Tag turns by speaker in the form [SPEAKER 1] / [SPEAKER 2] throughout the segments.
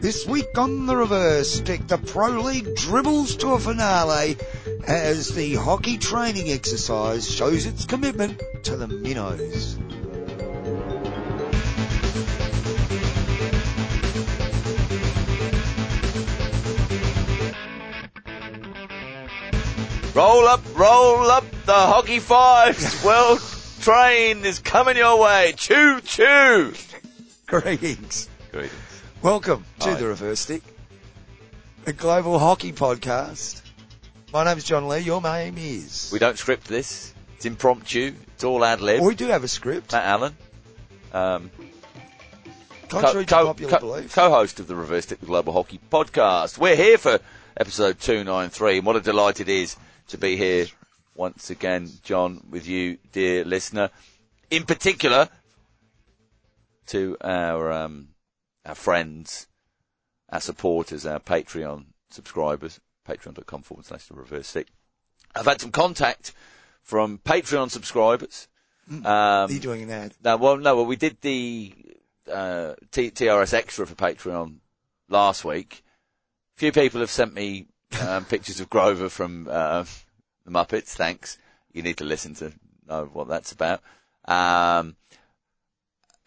[SPEAKER 1] This week on the reverse deck, the Pro League dribbles to a finale as the hockey training exercise shows its commitment to the minnows.
[SPEAKER 2] Roll up, roll up the hockey fives. Well train is coming your way. Choo choo.
[SPEAKER 1] Greetings.
[SPEAKER 2] Greetings.
[SPEAKER 1] Welcome to
[SPEAKER 2] Hi.
[SPEAKER 1] the reverse stick, the global hockey podcast. My name's John Lee. Your name is.
[SPEAKER 2] We don't script this. It's impromptu. It's all ad lib.
[SPEAKER 1] Well, we do have a script,
[SPEAKER 2] Matt Allen, um,
[SPEAKER 1] contrary to
[SPEAKER 2] co-
[SPEAKER 1] popular
[SPEAKER 2] co-
[SPEAKER 1] belief.
[SPEAKER 2] co-host of the Reverse Stick Global Hockey Podcast. We're here for episode 293 and what a delight it is to be here once again, John, with you, dear listener. In particular, to our, um, our friends, our supporters, our Patreon subscribers, patreon.com forward slash the reverse stick. I've had some contact from Patreon subscribers. Um,
[SPEAKER 1] Hmm. Are you doing an ad?
[SPEAKER 2] no, well, no, well, we did the uh, T- TRS Extra for Patreon last week. Few people have sent me um, pictures of Grover from uh, the Muppets. Thanks. You need to listen to know what that's about. Um,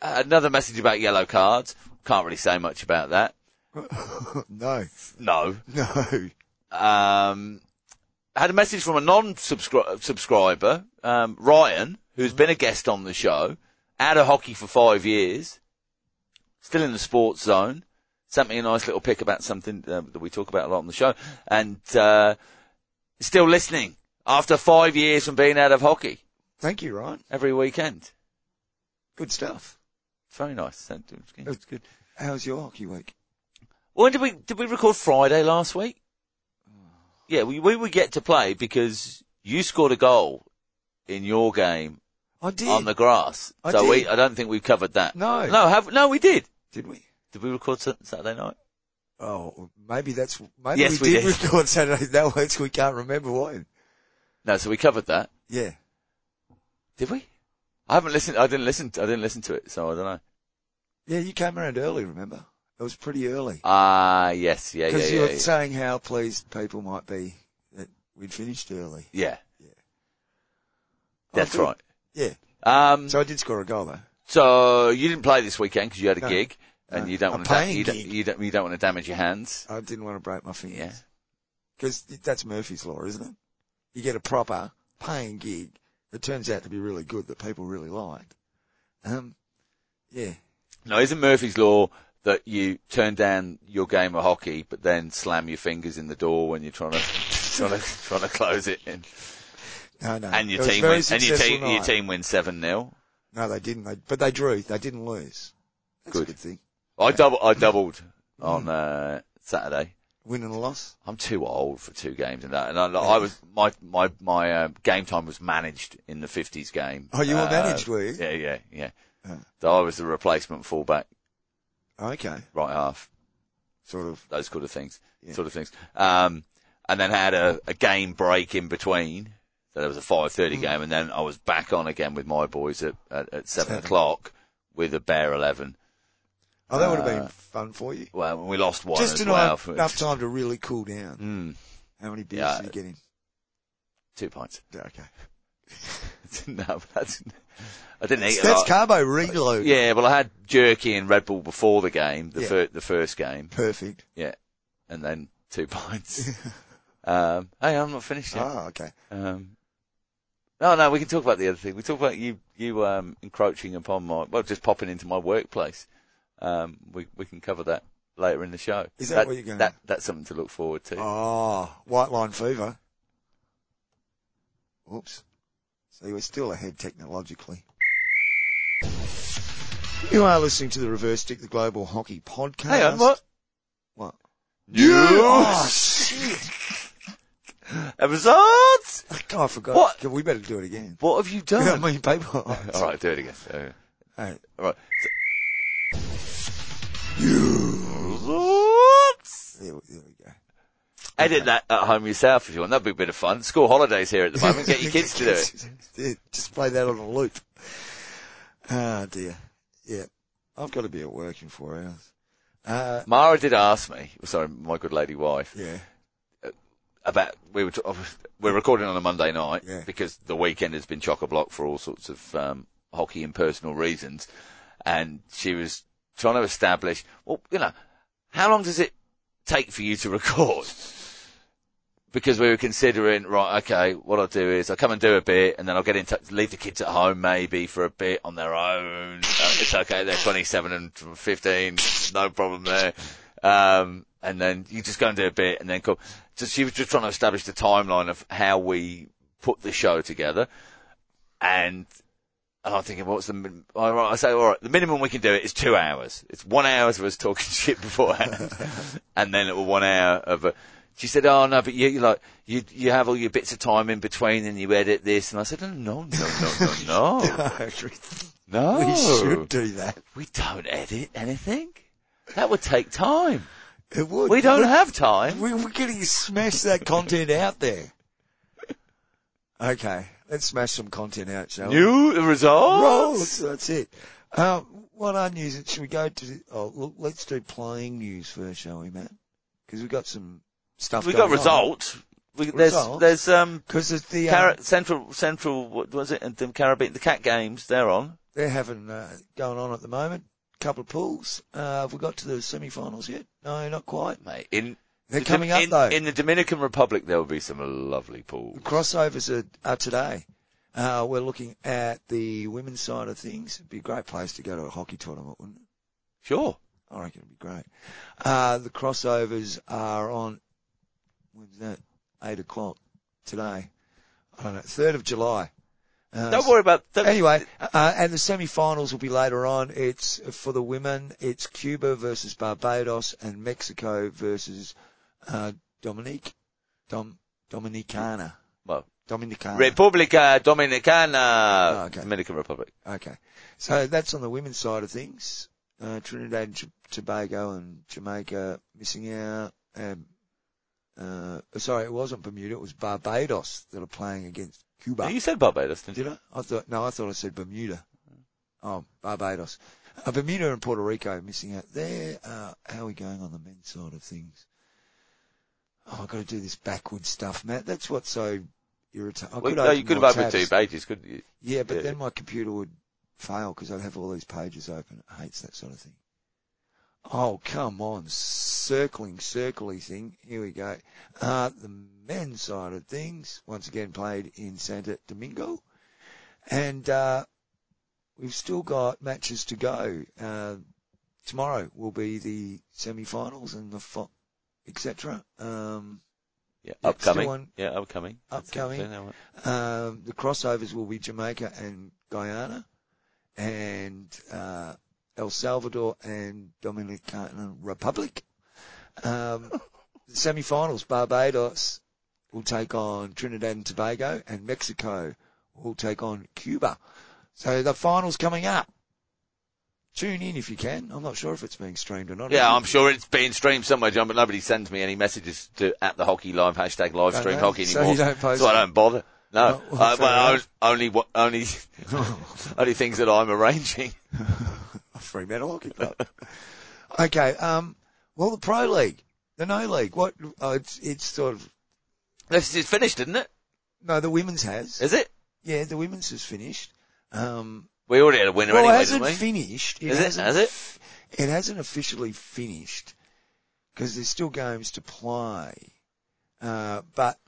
[SPEAKER 2] another message about yellow cards. Can't really say much about that.
[SPEAKER 1] no,
[SPEAKER 2] No.
[SPEAKER 1] no.
[SPEAKER 2] Um, had a message from a non-subscriber, um, Ryan, who's been a guest on the show, out of hockey for five years, still in the sports zone, sent me a nice little pick about something uh, that we talk about a lot on the show, and uh, still listening after five years from being out of hockey
[SPEAKER 1] Thank you, Ryan.
[SPEAKER 2] every weekend.
[SPEAKER 1] Good stuff.
[SPEAKER 2] Very nice. It's good.
[SPEAKER 1] How's your hockey week?
[SPEAKER 2] When did we did we record Friday last week? Yeah, we we would get to play because you scored a goal in your game
[SPEAKER 1] I did.
[SPEAKER 2] on the grass.
[SPEAKER 1] I
[SPEAKER 2] so we
[SPEAKER 1] did.
[SPEAKER 2] I don't think we've covered that.
[SPEAKER 1] No.
[SPEAKER 2] no, have no, we did.
[SPEAKER 1] Did we?
[SPEAKER 2] Did we record Sa- Saturday night?
[SPEAKER 1] Oh, maybe that's maybe
[SPEAKER 2] Yes,
[SPEAKER 1] we,
[SPEAKER 2] we
[SPEAKER 1] did,
[SPEAKER 2] did.
[SPEAKER 1] record Saturday. That was we can't remember when.
[SPEAKER 2] No, so we covered that.
[SPEAKER 1] Yeah,
[SPEAKER 2] Did we? I haven't listened. I didn't listen. I didn't listen to it, so I don't know.
[SPEAKER 1] yeah. You came around early. Remember, it was pretty early
[SPEAKER 2] Ah, yes, yeah, yeah,
[SPEAKER 1] because
[SPEAKER 2] yeah,
[SPEAKER 1] you were
[SPEAKER 2] yeah.
[SPEAKER 1] saying how pleased people might be that we'd finished early.
[SPEAKER 2] yeah.
[SPEAKER 1] Yeah.
[SPEAKER 2] That's
[SPEAKER 1] I thought-
[SPEAKER 2] right.
[SPEAKER 1] Yeah.
[SPEAKER 2] Um, so,
[SPEAKER 1] Oh, Mm. So I did score a goal though.
[SPEAKER 2] you didn't play this weekend because you had a
[SPEAKER 1] No.
[SPEAKER 2] gig, and
[SPEAKER 1] No.
[SPEAKER 2] you don't
[SPEAKER 1] A
[SPEAKER 2] want to. Da-
[SPEAKER 1] paying
[SPEAKER 2] you, don't,
[SPEAKER 1] gig.
[SPEAKER 2] you don't. You don't want to damage your hands.
[SPEAKER 1] I didn't want to break my fingers.
[SPEAKER 2] Yeah.
[SPEAKER 1] Because that's Murphy's law, isn't it? You get a proper paying gig that turns out to be really good that people really liked. Um, yeah.
[SPEAKER 2] Now, isn't Murphy's Law that you turn down your game of hockey, but then slam your fingers in the door when you're trying to trying to trying to close it, and,
[SPEAKER 1] No, no.
[SPEAKER 2] and your
[SPEAKER 1] It was a
[SPEAKER 2] team
[SPEAKER 1] very
[SPEAKER 2] wins, and your
[SPEAKER 1] successful
[SPEAKER 2] team your
[SPEAKER 1] night.
[SPEAKER 2] team wins seven 0
[SPEAKER 1] No, they didn't. They, but they drew. They didn't lose. That's
[SPEAKER 2] Good.
[SPEAKER 1] a good thing.
[SPEAKER 2] I double I doubled
[SPEAKER 1] Mm.
[SPEAKER 2] on uh, Saturday.
[SPEAKER 1] Win and a loss.
[SPEAKER 2] I'm too old for two games and that, and I, I was my my my uh, game time was managed in the 50s game. Uh,
[SPEAKER 1] Oh, you were managed, were you?
[SPEAKER 2] Yeah, yeah, yeah.
[SPEAKER 1] Yeah.
[SPEAKER 2] So I was the replacement fullback,
[SPEAKER 1] Okay.
[SPEAKER 2] right half.
[SPEAKER 1] Sort of.
[SPEAKER 2] those sort of things,
[SPEAKER 1] Yeah.
[SPEAKER 2] sort of things. Um, and then had a, a game break in between. So there was a 5.30
[SPEAKER 1] Hmm.
[SPEAKER 2] game and then I was back on again with my boys at, at, at seven,
[SPEAKER 1] Seven.
[SPEAKER 2] o'clock with a bare 11.
[SPEAKER 1] Oh, that would have been
[SPEAKER 2] Uh,
[SPEAKER 1] fun for you.
[SPEAKER 2] Well, we lost one
[SPEAKER 1] Just
[SPEAKER 2] as well.
[SPEAKER 1] enough, enough time to really cool down.
[SPEAKER 2] Mm,
[SPEAKER 1] How many beers
[SPEAKER 2] Yeah.
[SPEAKER 1] did you get in?
[SPEAKER 2] two pints.
[SPEAKER 1] Yeah, Okay.
[SPEAKER 2] no, that's, I didn't eat a
[SPEAKER 1] That's
[SPEAKER 2] lot.
[SPEAKER 1] carbo reload.
[SPEAKER 2] Yeah, well I had jerky and Red Bull before the game, the,
[SPEAKER 1] Yeah.
[SPEAKER 2] fir- the first game.
[SPEAKER 1] Perfect.
[SPEAKER 2] Yeah. And then two pints. um, hey, I'm not finished yet.
[SPEAKER 1] Oh, okay.
[SPEAKER 2] Um, no, no, we can talk about the other thing. We talk about you, you um, encroaching upon my, well, just popping into my workplace. Um, we we can cover that later in the show.
[SPEAKER 1] Is that where you're going?
[SPEAKER 2] That that's something to look forward to.
[SPEAKER 1] Oh, white line fever. Oops. So we're still ahead technologically. You are listening to the Reverse Stick, the Global Hockey Podcast.
[SPEAKER 2] Hang on, what?
[SPEAKER 1] What? Oh,
[SPEAKER 2] News
[SPEAKER 1] shit.
[SPEAKER 2] episodes.
[SPEAKER 1] God, Oh, I forgot.
[SPEAKER 2] What?
[SPEAKER 1] We better do it again.
[SPEAKER 2] What have you
[SPEAKER 1] I
[SPEAKER 2] done?
[SPEAKER 1] mean, people.
[SPEAKER 2] All right, do it again. All right.
[SPEAKER 1] Hey,
[SPEAKER 2] All right. Episodes.
[SPEAKER 1] there, we- there we go.
[SPEAKER 2] Edit that at home yourself if you want. That'd be a bit of fun. School holidays here at the moment. Get your kids to do it.
[SPEAKER 1] Yeah, Just play that on a loop. Ah, dear. Yeah. I've got to be at work in four hours. Uh,
[SPEAKER 2] Mara did ask me, sorry, my good lady wife,
[SPEAKER 1] yeah.
[SPEAKER 2] about we were t- we're recording on a Monday night
[SPEAKER 1] Yeah.
[SPEAKER 2] because the weekend has been chock a block for all sorts of um, hockey and personal reasons, and she was trying to establish, well, you know, how long does it take for you to record? Because we were considering, right, okay, what I'll do is I'll come and do a bit and then I'll get in touch, leave the kids at home maybe for a bit on their own. Uh, it's okay, they're 27 and 15, no problem there. Um, and then you just go and do a bit and then come. So she was just trying to establish the timeline of how we put the show together. And and I'm thinking, what's the? min- all right, I say, all right, the minimum we can do it is two hours. It's one hour of us talking shit beforehand, and then it was one hour of. A, she said, oh no, but you, you like you you have all your bits of time in between, and you edit this. And I said, no, no, no, no, no, no, no.
[SPEAKER 1] we should do that.
[SPEAKER 2] We don't edit anything. That would take time.
[SPEAKER 1] It would.
[SPEAKER 2] We don't
[SPEAKER 1] Look,
[SPEAKER 2] have time.
[SPEAKER 1] We, we're going to smash that content out there. Okay. Let's smash some content out, shall we?
[SPEAKER 2] New
[SPEAKER 1] Rolls.
[SPEAKER 2] results.
[SPEAKER 1] That's it. Um, what are news? Should we go to? Oh, look, let's do playing news first, shall we, Matt? Because we've got some stuff.
[SPEAKER 2] We got
[SPEAKER 1] going on.
[SPEAKER 2] results. We, there's
[SPEAKER 1] Results?
[SPEAKER 2] there's um
[SPEAKER 1] Because it's the um,
[SPEAKER 2] Cara- Central Central what was it? And the Caribbean the Cat Games they're on.
[SPEAKER 1] they're having uh, going on at the moment. Couple of pools. Uh, have we got to the semi-finals yet? No, not quite.
[SPEAKER 2] Mate, in
[SPEAKER 1] They're
[SPEAKER 2] the
[SPEAKER 1] coming
[SPEAKER 2] Dom-
[SPEAKER 1] up
[SPEAKER 2] in,
[SPEAKER 1] though.
[SPEAKER 2] in the Dominican Republic, there will be some lovely pools.
[SPEAKER 1] Crossovers are, are today. Uh, we're looking at the women's side of things. It'd be a great place to go to a hockey tournament, wouldn't it?
[SPEAKER 2] Sure.
[SPEAKER 1] I reckon it'd be great. Uh, the crossovers are on, when's that? Eight o'clock today. I don't know, 3rd of July. Uh,
[SPEAKER 2] Don't worry about that.
[SPEAKER 1] Anyway, uh, and the semi-finals will be later on. It's for the women. It's Cuba versus Barbados and Mexico versus, uh, Dominique, Dom, Dominicana.
[SPEAKER 2] Well,
[SPEAKER 1] Dominicana.
[SPEAKER 2] Republica Dominicana,
[SPEAKER 1] Oh, okay.
[SPEAKER 2] Dominican Republic.
[SPEAKER 1] Okay. So that's on the women's side of things. Uh, Trinidad and J- Tobago and Jamaica missing out. Um, uh, sorry, it wasn't Bermuda. It was Barbados that are playing against Cuba.
[SPEAKER 2] No, you said Barbados, didn't you?
[SPEAKER 1] Did I? I thought, no, I thought I said Bermuda. Oh, Barbados. Uh, Bermuda and Puerto Rico missing out there. Uh, how are we going on the men's side of things? Oh, I've got to do this backward stuff, Matt. That's what's so irritating.
[SPEAKER 2] Well, no, you could have opened two pages, couldn't you?
[SPEAKER 1] Yeah, but
[SPEAKER 2] Yeah.
[SPEAKER 1] then my computer would fail because I'd have all these pages open. It hates that sort of thing. Oh, come on. Circling, circly thing. Here we go. Uh, the men's side of things, once again played in Santa Domingo. And, uh, we've still got matches to go. Uh, tomorrow will be the semi-finals and the fi- etc. Um,
[SPEAKER 2] Yeah,
[SPEAKER 1] Yeah,
[SPEAKER 2] upcoming.
[SPEAKER 1] still on-
[SPEAKER 2] yeah, upcoming. That's it.
[SPEAKER 1] Upcoming.
[SPEAKER 2] Yeah, no, what-
[SPEAKER 1] um, the crossovers will be Jamaica and Guyana, and uh, El Salvador and Dominican Republic. Um, the semi-finals: Barbados will take on Trinidad and Tobago, and Mexico will take on Cuba. So the finals coming up. Tune in if you can. I'm not sure if it's being streamed or not.
[SPEAKER 2] Yeah, I'm sure it's being streamed somewhere, John, but nobody sends me any messages to at the hockey live hashtag live stream
[SPEAKER 1] know.
[SPEAKER 2] hockey
[SPEAKER 1] So
[SPEAKER 2] anymore.
[SPEAKER 1] you don't post
[SPEAKER 2] so I
[SPEAKER 1] it.
[SPEAKER 2] don't bother. No,
[SPEAKER 1] Oh, well,
[SPEAKER 2] uh,
[SPEAKER 1] fair
[SPEAKER 2] well,
[SPEAKER 1] enough.
[SPEAKER 2] only what only only things that I'm arranging.
[SPEAKER 1] a free metal hockey club. okay. Um. Well, the pro league, the no league. What? Oh, it's it's sort of
[SPEAKER 2] This is finished, isn't it?
[SPEAKER 1] no. The women's has.
[SPEAKER 2] Is it?
[SPEAKER 1] Yeah, the women's has finished. Um.
[SPEAKER 2] We already had a winner
[SPEAKER 1] Well, it
[SPEAKER 2] anyway,
[SPEAKER 1] hasn't
[SPEAKER 2] didn't we?
[SPEAKER 1] finished.
[SPEAKER 2] Is it?
[SPEAKER 1] hasn't
[SPEAKER 2] Has it?
[SPEAKER 1] f- It hasn't officially finished because there's still games to play. Uh, but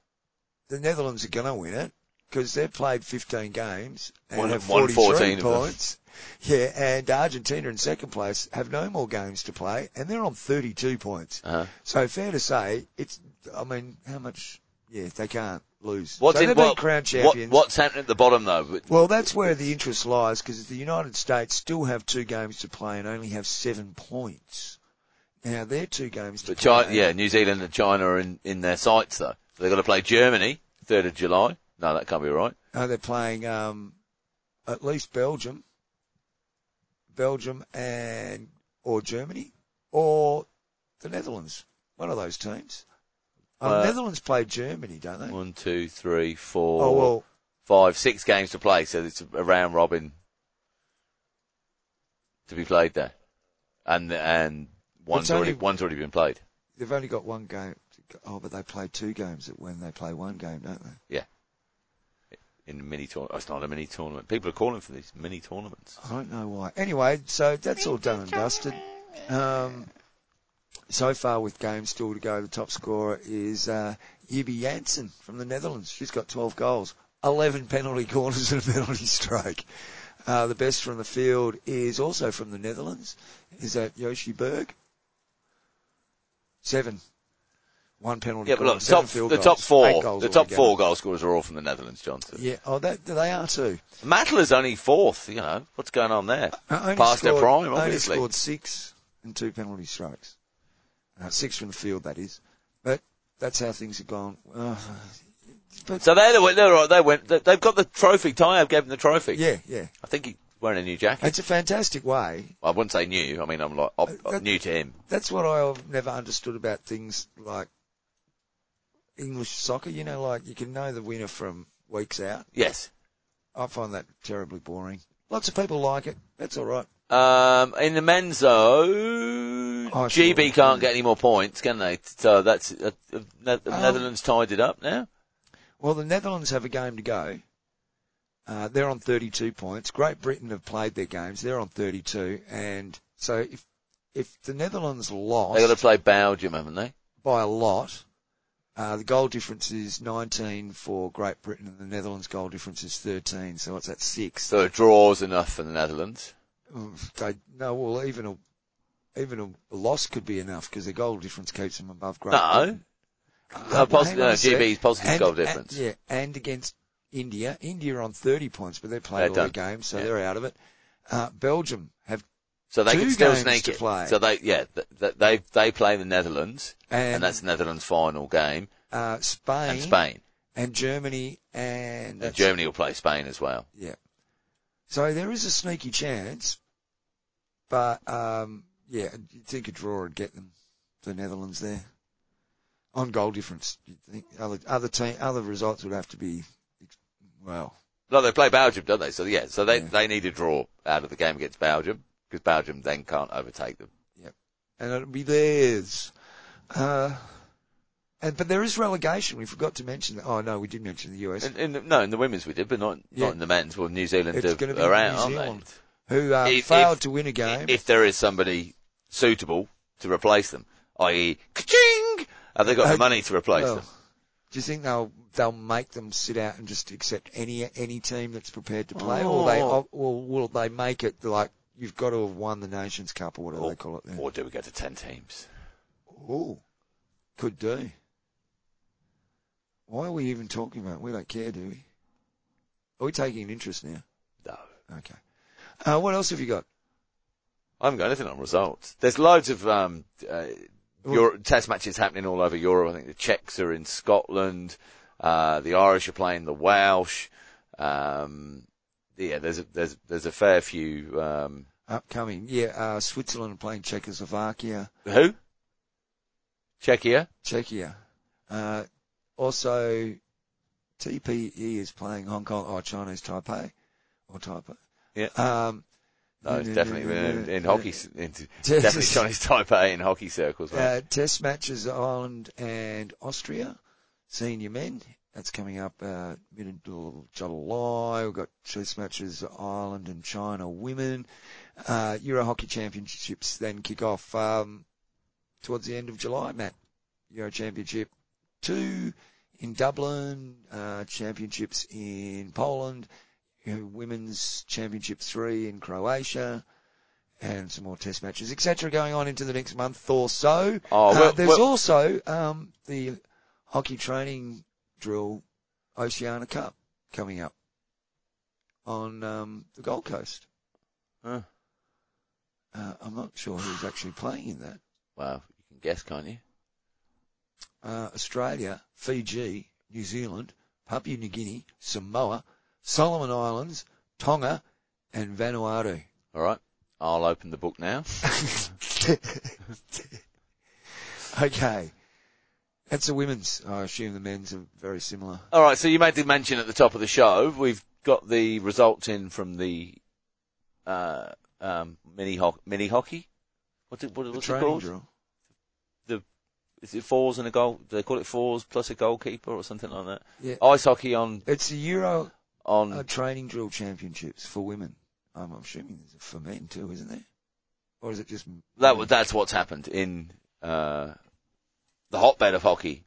[SPEAKER 1] the Netherlands are going to win it because they've played 15 games and
[SPEAKER 2] Won-
[SPEAKER 1] have
[SPEAKER 2] won
[SPEAKER 1] 43
[SPEAKER 2] 14 of them.
[SPEAKER 1] points. Yeah, and Argentina in second place have no more games to play and they're on 32 points.
[SPEAKER 2] Uh-huh.
[SPEAKER 1] So fair to say, it's, I mean, how much, yeah, they can't lose.
[SPEAKER 2] What's
[SPEAKER 1] so
[SPEAKER 2] in,
[SPEAKER 1] they've been
[SPEAKER 2] what,
[SPEAKER 1] crowned
[SPEAKER 2] what,
[SPEAKER 1] champions.
[SPEAKER 2] what's happening at the bottom though? But-
[SPEAKER 1] Well, that's where the interest lies because the United States still have two games to play and only have seven points. Now they're two games to
[SPEAKER 2] But
[SPEAKER 1] play.
[SPEAKER 2] China, yeah, New Zealand and China are in, in their sights though. So they've got to play Germany, 3rd of July. No, that can't be right.
[SPEAKER 1] No, they're playing um, at least Belgium, Belgium and or Germany or the Netherlands. One of those teams. Um,
[SPEAKER 2] Uh,
[SPEAKER 1] Netherlands play Germany, don't they?
[SPEAKER 2] One, two, three, four,
[SPEAKER 1] oh well,
[SPEAKER 2] five, six games to play. So it's a round robin. to be played there, and and one's
[SPEAKER 1] It's only-
[SPEAKER 2] already one's already been played.
[SPEAKER 1] They've only got one game. to go- Oh, but they play two games at- when they play one game, don't they?
[SPEAKER 2] in a mini tournament. It's not a mini tournament. People are calling for these mini tournaments.
[SPEAKER 1] I don't know why. Anyway, so that's all done and dusted. Um, so far with games still to go, the top scorer is uh, Yibi Jansen from the Netherlands. She's got 12 goals, 11 penalty corners and a penalty strike. Uh, the best from the field is also from the Netherlands. Is that Yoshi Berg? Seven. One penalty
[SPEAKER 2] Yeah, but
[SPEAKER 1] corner,
[SPEAKER 2] look, the
[SPEAKER 1] seven
[SPEAKER 2] top,
[SPEAKER 1] field
[SPEAKER 2] the
[SPEAKER 1] goals,
[SPEAKER 2] top
[SPEAKER 1] eight
[SPEAKER 2] four,
[SPEAKER 1] goals
[SPEAKER 2] the top
[SPEAKER 1] altogether.
[SPEAKER 2] four goal scorers are all from the Netherlands, Johnson.
[SPEAKER 1] Yeah, oh, that, they are too.
[SPEAKER 2] Matler's only fourth, you know. What's going on there?
[SPEAKER 1] Uh, Only
[SPEAKER 2] Past their
[SPEAKER 1] scored,
[SPEAKER 2] prime,
[SPEAKER 1] only
[SPEAKER 2] obviously.
[SPEAKER 1] scored six and two penalty strikes. Uh, six from the field, that is. But that's how things have gone. Uh,
[SPEAKER 2] So they, they, they're, all right, they went, they, they've got the trophy. Tyab gave them the trophy.
[SPEAKER 1] yeah, yeah.
[SPEAKER 2] I think he's wearing a new jacket.
[SPEAKER 1] It's a fantastic way.
[SPEAKER 2] I wouldn't say new. I mean, I'm like, I'm, I'm
[SPEAKER 1] that-
[SPEAKER 2] new to him.
[SPEAKER 1] That's what I've never understood about things like English soccer. You know, like you can know the winner from weeks out.
[SPEAKER 2] Yes.
[SPEAKER 1] I find that terribly boring. Lots of people like it. That's all right.
[SPEAKER 2] Um, in the men's though,
[SPEAKER 1] I see what
[SPEAKER 2] GB
[SPEAKER 1] you're
[SPEAKER 2] can't
[SPEAKER 1] saying.
[SPEAKER 2] get any more points, can they? So that's, uh, uh,
[SPEAKER 1] Um,
[SPEAKER 2] Ne- the Netherlands tied it up now.
[SPEAKER 1] Well, the Netherlands have a game to go. Uh, they're on 32 points. Great Britain have played their games. They're on 32, and so if if the Netherlands lost
[SPEAKER 2] They've got to play Belgium, haven't they?
[SPEAKER 1] by a lot, uh, the goal difference is 19 for Great Britain, and the Netherlands' goal difference is 13. So it's at six.
[SPEAKER 2] So a draw's enough for the Netherlands.
[SPEAKER 1] Mm, They no, well even a even a loss could be enough because the goal difference keeps them above Great
[SPEAKER 2] No.
[SPEAKER 1] Britain.
[SPEAKER 2] No, posi-
[SPEAKER 1] hang on
[SPEAKER 2] no,
[SPEAKER 1] a sec.
[SPEAKER 2] GB's positive
[SPEAKER 1] And-
[SPEAKER 2] goal
[SPEAKER 1] and-
[SPEAKER 2] difference.
[SPEAKER 1] yeah, and against India. India are on 30 points, but they've
[SPEAKER 2] They're
[SPEAKER 1] played all
[SPEAKER 2] done.
[SPEAKER 1] their games, so
[SPEAKER 2] Yeah.
[SPEAKER 1] they're out of it. Uh, Belgium have,
[SPEAKER 2] So they
[SPEAKER 1] Two
[SPEAKER 2] can still
[SPEAKER 1] games
[SPEAKER 2] sneak
[SPEAKER 1] to
[SPEAKER 2] it.
[SPEAKER 1] play.
[SPEAKER 2] So they, yeah, th- th- they they play the Netherlands, and,
[SPEAKER 1] and,
[SPEAKER 2] that's the Netherlands' final game,
[SPEAKER 1] uh, Spain,
[SPEAKER 2] and Spain.
[SPEAKER 1] and Germany, and
[SPEAKER 2] And
[SPEAKER 1] that's-
[SPEAKER 2] Germany will play Spain as well.
[SPEAKER 1] Yeah. So there is a sneaky chance, but um, yeah, you'd think a draw would get them, the Netherlands there, on goal difference. You'd think other other team, other results would have to be, well,
[SPEAKER 2] No, they play Belgium, don't they? So yeah, so they
[SPEAKER 1] Yeah.
[SPEAKER 2] they need a draw out of the game against Belgium because Belgium then can't overtake them.
[SPEAKER 1] and it'll be theirs. Uh, and but there is relegation. We forgot to mention that. Oh no, we did mention the US,
[SPEAKER 2] In, in the, no, in the women's we did, but not
[SPEAKER 1] Yeah.
[SPEAKER 2] not in the men's. Well, New Zealand
[SPEAKER 1] It's
[SPEAKER 2] are,
[SPEAKER 1] gonna be
[SPEAKER 2] are out,
[SPEAKER 1] New
[SPEAKER 2] aren't
[SPEAKER 1] Zealand.
[SPEAKER 2] they?
[SPEAKER 1] who uh,
[SPEAKER 2] if-
[SPEAKER 1] failed
[SPEAKER 2] if-
[SPEAKER 1] to win a game.
[SPEAKER 2] If there is somebody suitable to replace them, i.e., ka-ching, have they got the
[SPEAKER 1] Uh,
[SPEAKER 2] money to replace
[SPEAKER 1] Well,
[SPEAKER 2] them?
[SPEAKER 1] do you think they'll they'll make them sit out and just accept any any team that's prepared to play, or they or,
[SPEAKER 2] Oh.
[SPEAKER 1] or will they make it like you've got to have won the Nations Cup or whatever
[SPEAKER 2] Or-
[SPEAKER 1] they call it? Then.
[SPEAKER 2] Or do we go to ten teams?
[SPEAKER 1] Oh, could do. Why are we even talking about? It? We don't care, do we? Are we taking an interest now?
[SPEAKER 2] No.
[SPEAKER 1] Okay. Uh, what else have you got?
[SPEAKER 2] I haven't got anything on results. There's loads of um, uh, Euro- test matches happening all over Europe. I think the Czechs are in Scotland. Uh, the Irish are playing the Welsh. Um, yeah, there's a, there's there's a fair few. Um,
[SPEAKER 1] Upcoming, yeah. Uh, Switzerland are playing Czechoslovakia,
[SPEAKER 2] who? Czechia.
[SPEAKER 1] Czechia. Uh, also, TPE is playing Hong Kong or Chinese Taipei or Taipei.
[SPEAKER 2] Yeah.
[SPEAKER 1] Um,
[SPEAKER 2] No, it's
[SPEAKER 1] no, no,
[SPEAKER 2] definitely
[SPEAKER 1] no,
[SPEAKER 2] in,
[SPEAKER 1] no,
[SPEAKER 2] in
[SPEAKER 1] no.
[SPEAKER 2] hockey. s- In, definitely Chinese Taipei in hockey circles. Right?
[SPEAKER 1] Uh, test matches Ireland and Austria, senior men. That's coming up uh, mid of July. We've got test matches Ireland and China women. Uh, Euro Hockey Championships then kick off um, towards the end of July. Matt, Euro Championship two in Dublin, uh, championships in Poland, you know, women's championship three in Croatia. And some more test matches, etc., going on into the next month or so.
[SPEAKER 2] Oh,
[SPEAKER 1] Uh,
[SPEAKER 2] well-
[SPEAKER 1] there's
[SPEAKER 2] well-
[SPEAKER 1] also um, the hockey training drill Oceania Cup coming up on um, the Gold Coast.
[SPEAKER 2] Huh.
[SPEAKER 1] Uh, I'm not sure who's actually playing in that.
[SPEAKER 2] wow, you can guess, can't you?
[SPEAKER 1] uh, Australia, Fiji, New Zealand, Papua New Guinea, Samoa, Solomon Islands, Tonga, and Vanuatu.
[SPEAKER 2] All right, I'll open the book now.
[SPEAKER 1] okay. That's the women's. I assume the men's are very similar.
[SPEAKER 2] All right, so you made the mention at the top of the show. We've got the results in from the uh, um, mini ho- mini hockey. What's it, what,
[SPEAKER 1] The
[SPEAKER 2] what's it
[SPEAKER 1] training
[SPEAKER 2] called?
[SPEAKER 1] drill.
[SPEAKER 2] Is it fours and a goal? Do they call it fours plus a goalkeeper or something like that?
[SPEAKER 1] Yeah.
[SPEAKER 2] Ice hockey on
[SPEAKER 1] It's the Euro
[SPEAKER 2] on.
[SPEAKER 1] uh, Training Drill Championships for women. Um, I'm assuming there's a for men too, isn't there? Or is it just
[SPEAKER 2] that was that's what's happened in uh, the hotbed of hockey,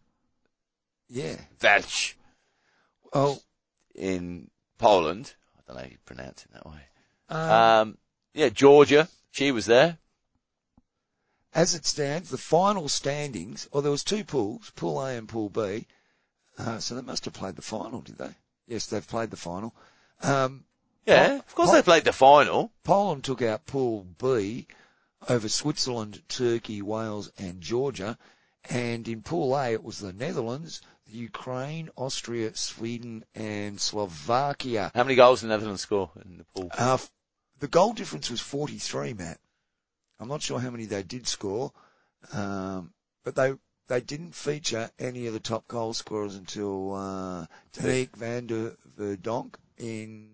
[SPEAKER 1] Yeah.
[SPEAKER 2] Velch
[SPEAKER 1] Oh,
[SPEAKER 2] in Poland. I don't know if you pronounce it that way.
[SPEAKER 1] uh,
[SPEAKER 2] Um, yeah, Georgia. She was there.
[SPEAKER 1] as it stands, the final standings. Oh, there was two pools, Pool A and Pool B. Uh, so they must have played the final, did they? Yes, they've played the final. Um,
[SPEAKER 2] Yeah,
[SPEAKER 1] Oh,
[SPEAKER 2] of course
[SPEAKER 1] oh.
[SPEAKER 2] they played the final.
[SPEAKER 1] Poland took out Pool B over Switzerland, Turkey, Wales, and Georgia. And in Pool A, it was the Netherlands, Ukraine, Austria, Sweden, and Slovakia.
[SPEAKER 2] How many goals did the Netherlands score in the pool?
[SPEAKER 1] Uh, f- the goal difference was 43, Matt. I'm not sure how many they did score, um, but they they didn't feature any of the top goal scorers until uh, Dirk van der Verdonk in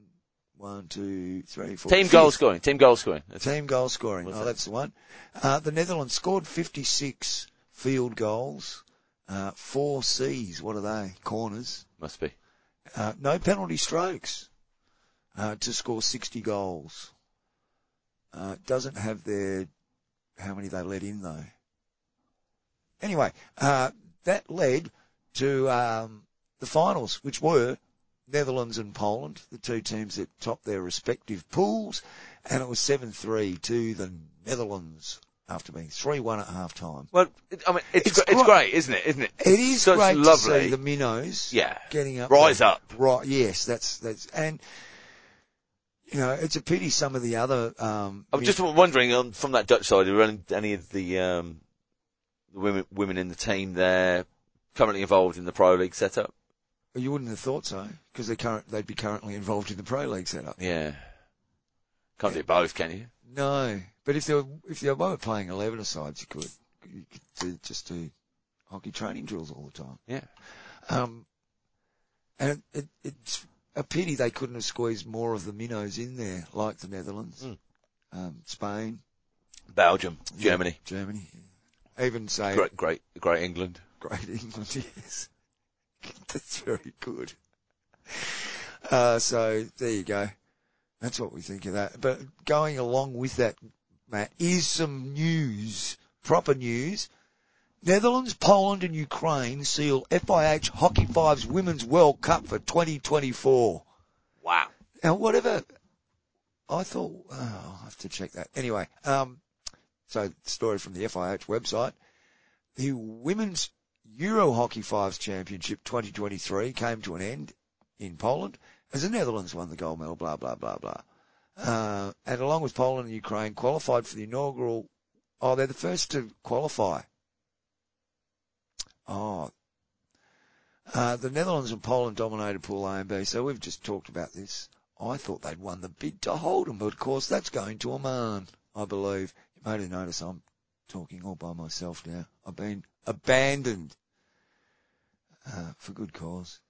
[SPEAKER 1] one, two, three, four.
[SPEAKER 2] Team
[SPEAKER 1] fifth.
[SPEAKER 2] goal scoring. Team goal scoring. That's-
[SPEAKER 1] Team goal scoring.
[SPEAKER 2] Was
[SPEAKER 1] oh,
[SPEAKER 2] it?
[SPEAKER 1] that's the one. Uh, the Netherlands scored 56 field goals, uh, four C's. What are they? Corners.
[SPEAKER 2] Must be.
[SPEAKER 1] Uh, no penalty strokes uh, to score 60 goals. Uh, doesn't have their how many they let in though. Anyway, uh, that led to um, the finals, which were Netherlands and Poland, the two teams that topped their respective pools, and it was 7-3 to the Netherlands after being 3-1 at half time.
[SPEAKER 2] Well, it, I mean, it's,
[SPEAKER 1] It's
[SPEAKER 2] gr- it's
[SPEAKER 1] great.
[SPEAKER 2] great, isn't it? Isn't it?
[SPEAKER 1] It is
[SPEAKER 2] So it's
[SPEAKER 1] great
[SPEAKER 2] lovely.
[SPEAKER 1] to see the minnows
[SPEAKER 2] Yeah.
[SPEAKER 1] getting up.
[SPEAKER 2] Rise
[SPEAKER 1] there.
[SPEAKER 2] up.
[SPEAKER 1] Right. Yes, that's that's and you know it's a pity some of the other. Um,
[SPEAKER 2] I'm just wondering um, from that Dutch side, are any, any of the um, the women women in the team there currently involved in the pro league setup?
[SPEAKER 1] you wouldn't have thought so because they current they'd be currently involved in the pro league setup.
[SPEAKER 2] Yeah, can't do both, can you?
[SPEAKER 1] No, but if they were, if they were playing eleven asides, you could you could do, just do hockey training drills all the time.
[SPEAKER 2] Yeah.
[SPEAKER 1] Um, and it, it's a pity they couldn't have squeezed more of the minnows in there, like the Netherlands,
[SPEAKER 2] Mm.
[SPEAKER 1] um, Spain,
[SPEAKER 2] Belgium, Germany,
[SPEAKER 1] Germany, even say
[SPEAKER 2] great, great, great England.
[SPEAKER 1] Great England, yes. That's very good. Uh, so there you go. That's what we think of that. But going along with that, Matt, is some news, proper news. Netherlands, Poland and Ukraine seal FIH Hockey Fives Women's World Cup for 2024.
[SPEAKER 2] Wow.
[SPEAKER 1] Now, whatever, I thought, oh, I'll have to check that. Anyway, um, so the story from the FIH website. The Women's Euro Hockey Fives Championship 2023 came to an end in Poland as the Netherlands won the gold medal, blah, blah, blah, blah. Uh, and along with Poland and Ukraine qualified for the inaugural, oh, they're the first to qualify. Oh, uh, the Netherlands and Poland dominated Pool A and B, so we've just talked about this. I thought they'd won the bid to hold 'em, but of course that's going to Oman, I believe. You may have noticed I'm talking all by myself now. I've been abandoned uh, for good cause.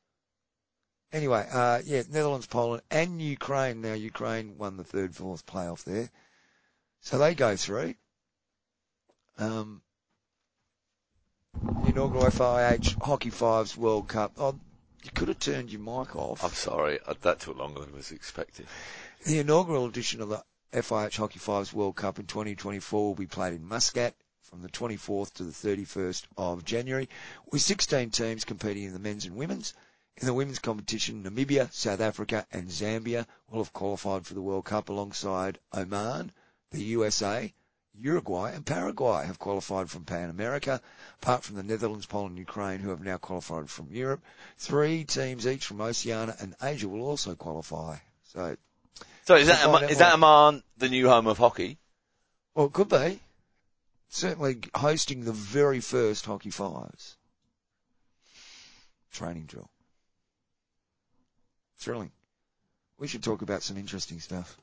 [SPEAKER 1] Anyway, uh, yeah, Netherlands, Poland, and Ukraine. Now Ukraine won the third, fourth playoff there, so they go through. Um, inaugural FIH Hockey Fives World Cup. Oh, you could have turned your mic off.
[SPEAKER 2] I'm sorry, uh, that took longer than was expected.
[SPEAKER 1] The inaugural edition of the FIH Hockey Fives World Cup in 2024 will be played in Muscat from the 24th to the 31st of January, with 16 teams competing in the men's and women's. In the women's competition, Namibia, South Africa and Zambia will have qualified for the World Cup alongside Oman, the USA, Uruguay and Paraguay have qualified from Pan America, apart from the Netherlands, Poland and Ukraine who have now qualified from Europe. Three teams each from Oceania and Asia will also qualify. So
[SPEAKER 2] So is that
[SPEAKER 1] Find
[SPEAKER 2] Ama-
[SPEAKER 1] out
[SPEAKER 2] is
[SPEAKER 1] more.
[SPEAKER 2] that Amman the new home of hockey?
[SPEAKER 1] Well, it could be. Certainly hosting the very first Hockey Fives. Training drill. Thrilling. We should talk about some interesting stuff.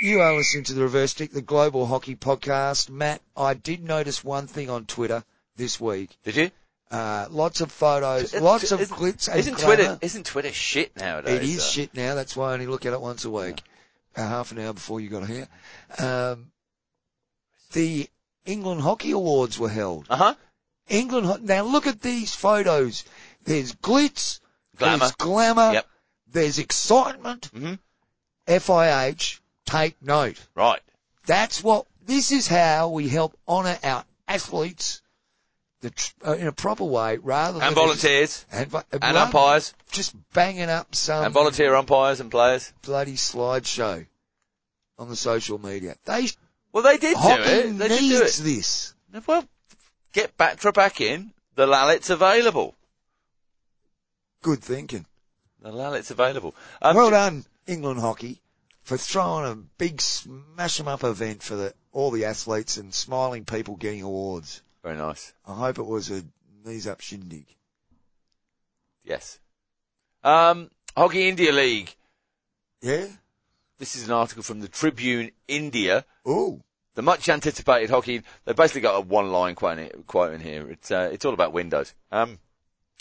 [SPEAKER 1] You are listening to the Reverse Stick, the Global Hockey Podcast. Matt, I did notice one thing on Twitter this week.
[SPEAKER 2] Did you?
[SPEAKER 1] Uh, lots of photos,
[SPEAKER 2] T-
[SPEAKER 1] lots of
[SPEAKER 2] isn't-
[SPEAKER 1] glitz and
[SPEAKER 2] Isn't
[SPEAKER 1] glamour.
[SPEAKER 2] Twitter isn't Twitter shit nowadays?
[SPEAKER 1] It is
[SPEAKER 2] though?
[SPEAKER 1] shit now. That's why I only look at it once a week, a half an hour before you got here. Um, the England Hockey Awards were held.
[SPEAKER 2] Uh-huh.
[SPEAKER 1] England. ho- Now look at these photos. There's glitz.
[SPEAKER 2] Glamour.
[SPEAKER 1] There's glamour.
[SPEAKER 2] Yep.
[SPEAKER 1] There's excitement.
[SPEAKER 2] Mhm.
[SPEAKER 1] FIH, take note.
[SPEAKER 2] Right.
[SPEAKER 1] That's what. This is how we help honour our athletes. The, tr- uh, in a proper way, rather than
[SPEAKER 2] And volunteers.
[SPEAKER 1] and, vo-
[SPEAKER 2] And
[SPEAKER 1] rather-
[SPEAKER 2] umpires.
[SPEAKER 1] just banging up some
[SPEAKER 2] And volunteer umpires and players.
[SPEAKER 1] bloody slideshow on the social media. They
[SPEAKER 2] Well, they did do
[SPEAKER 1] hockey
[SPEAKER 2] it. They did do
[SPEAKER 1] needs
[SPEAKER 2] it.
[SPEAKER 1] this.
[SPEAKER 2] Well, get Batra back in. The Lalit's available.
[SPEAKER 1] Good thinking.
[SPEAKER 2] The Lalit's available. Um,
[SPEAKER 1] well done, England hockey, for throwing a big smash 'em up event for the, all the athletes and smiling people getting awards.
[SPEAKER 2] Very nice.
[SPEAKER 1] I hope it was a knees up shindig.
[SPEAKER 2] Yes. Um, Hockey India League.
[SPEAKER 1] Yeah.
[SPEAKER 2] This is an article from the Tribune India.
[SPEAKER 1] Ooh.
[SPEAKER 2] The much anticipated hockey. They've basically got a one line quote in, quote in here. It's uh, it's all about windows. Um,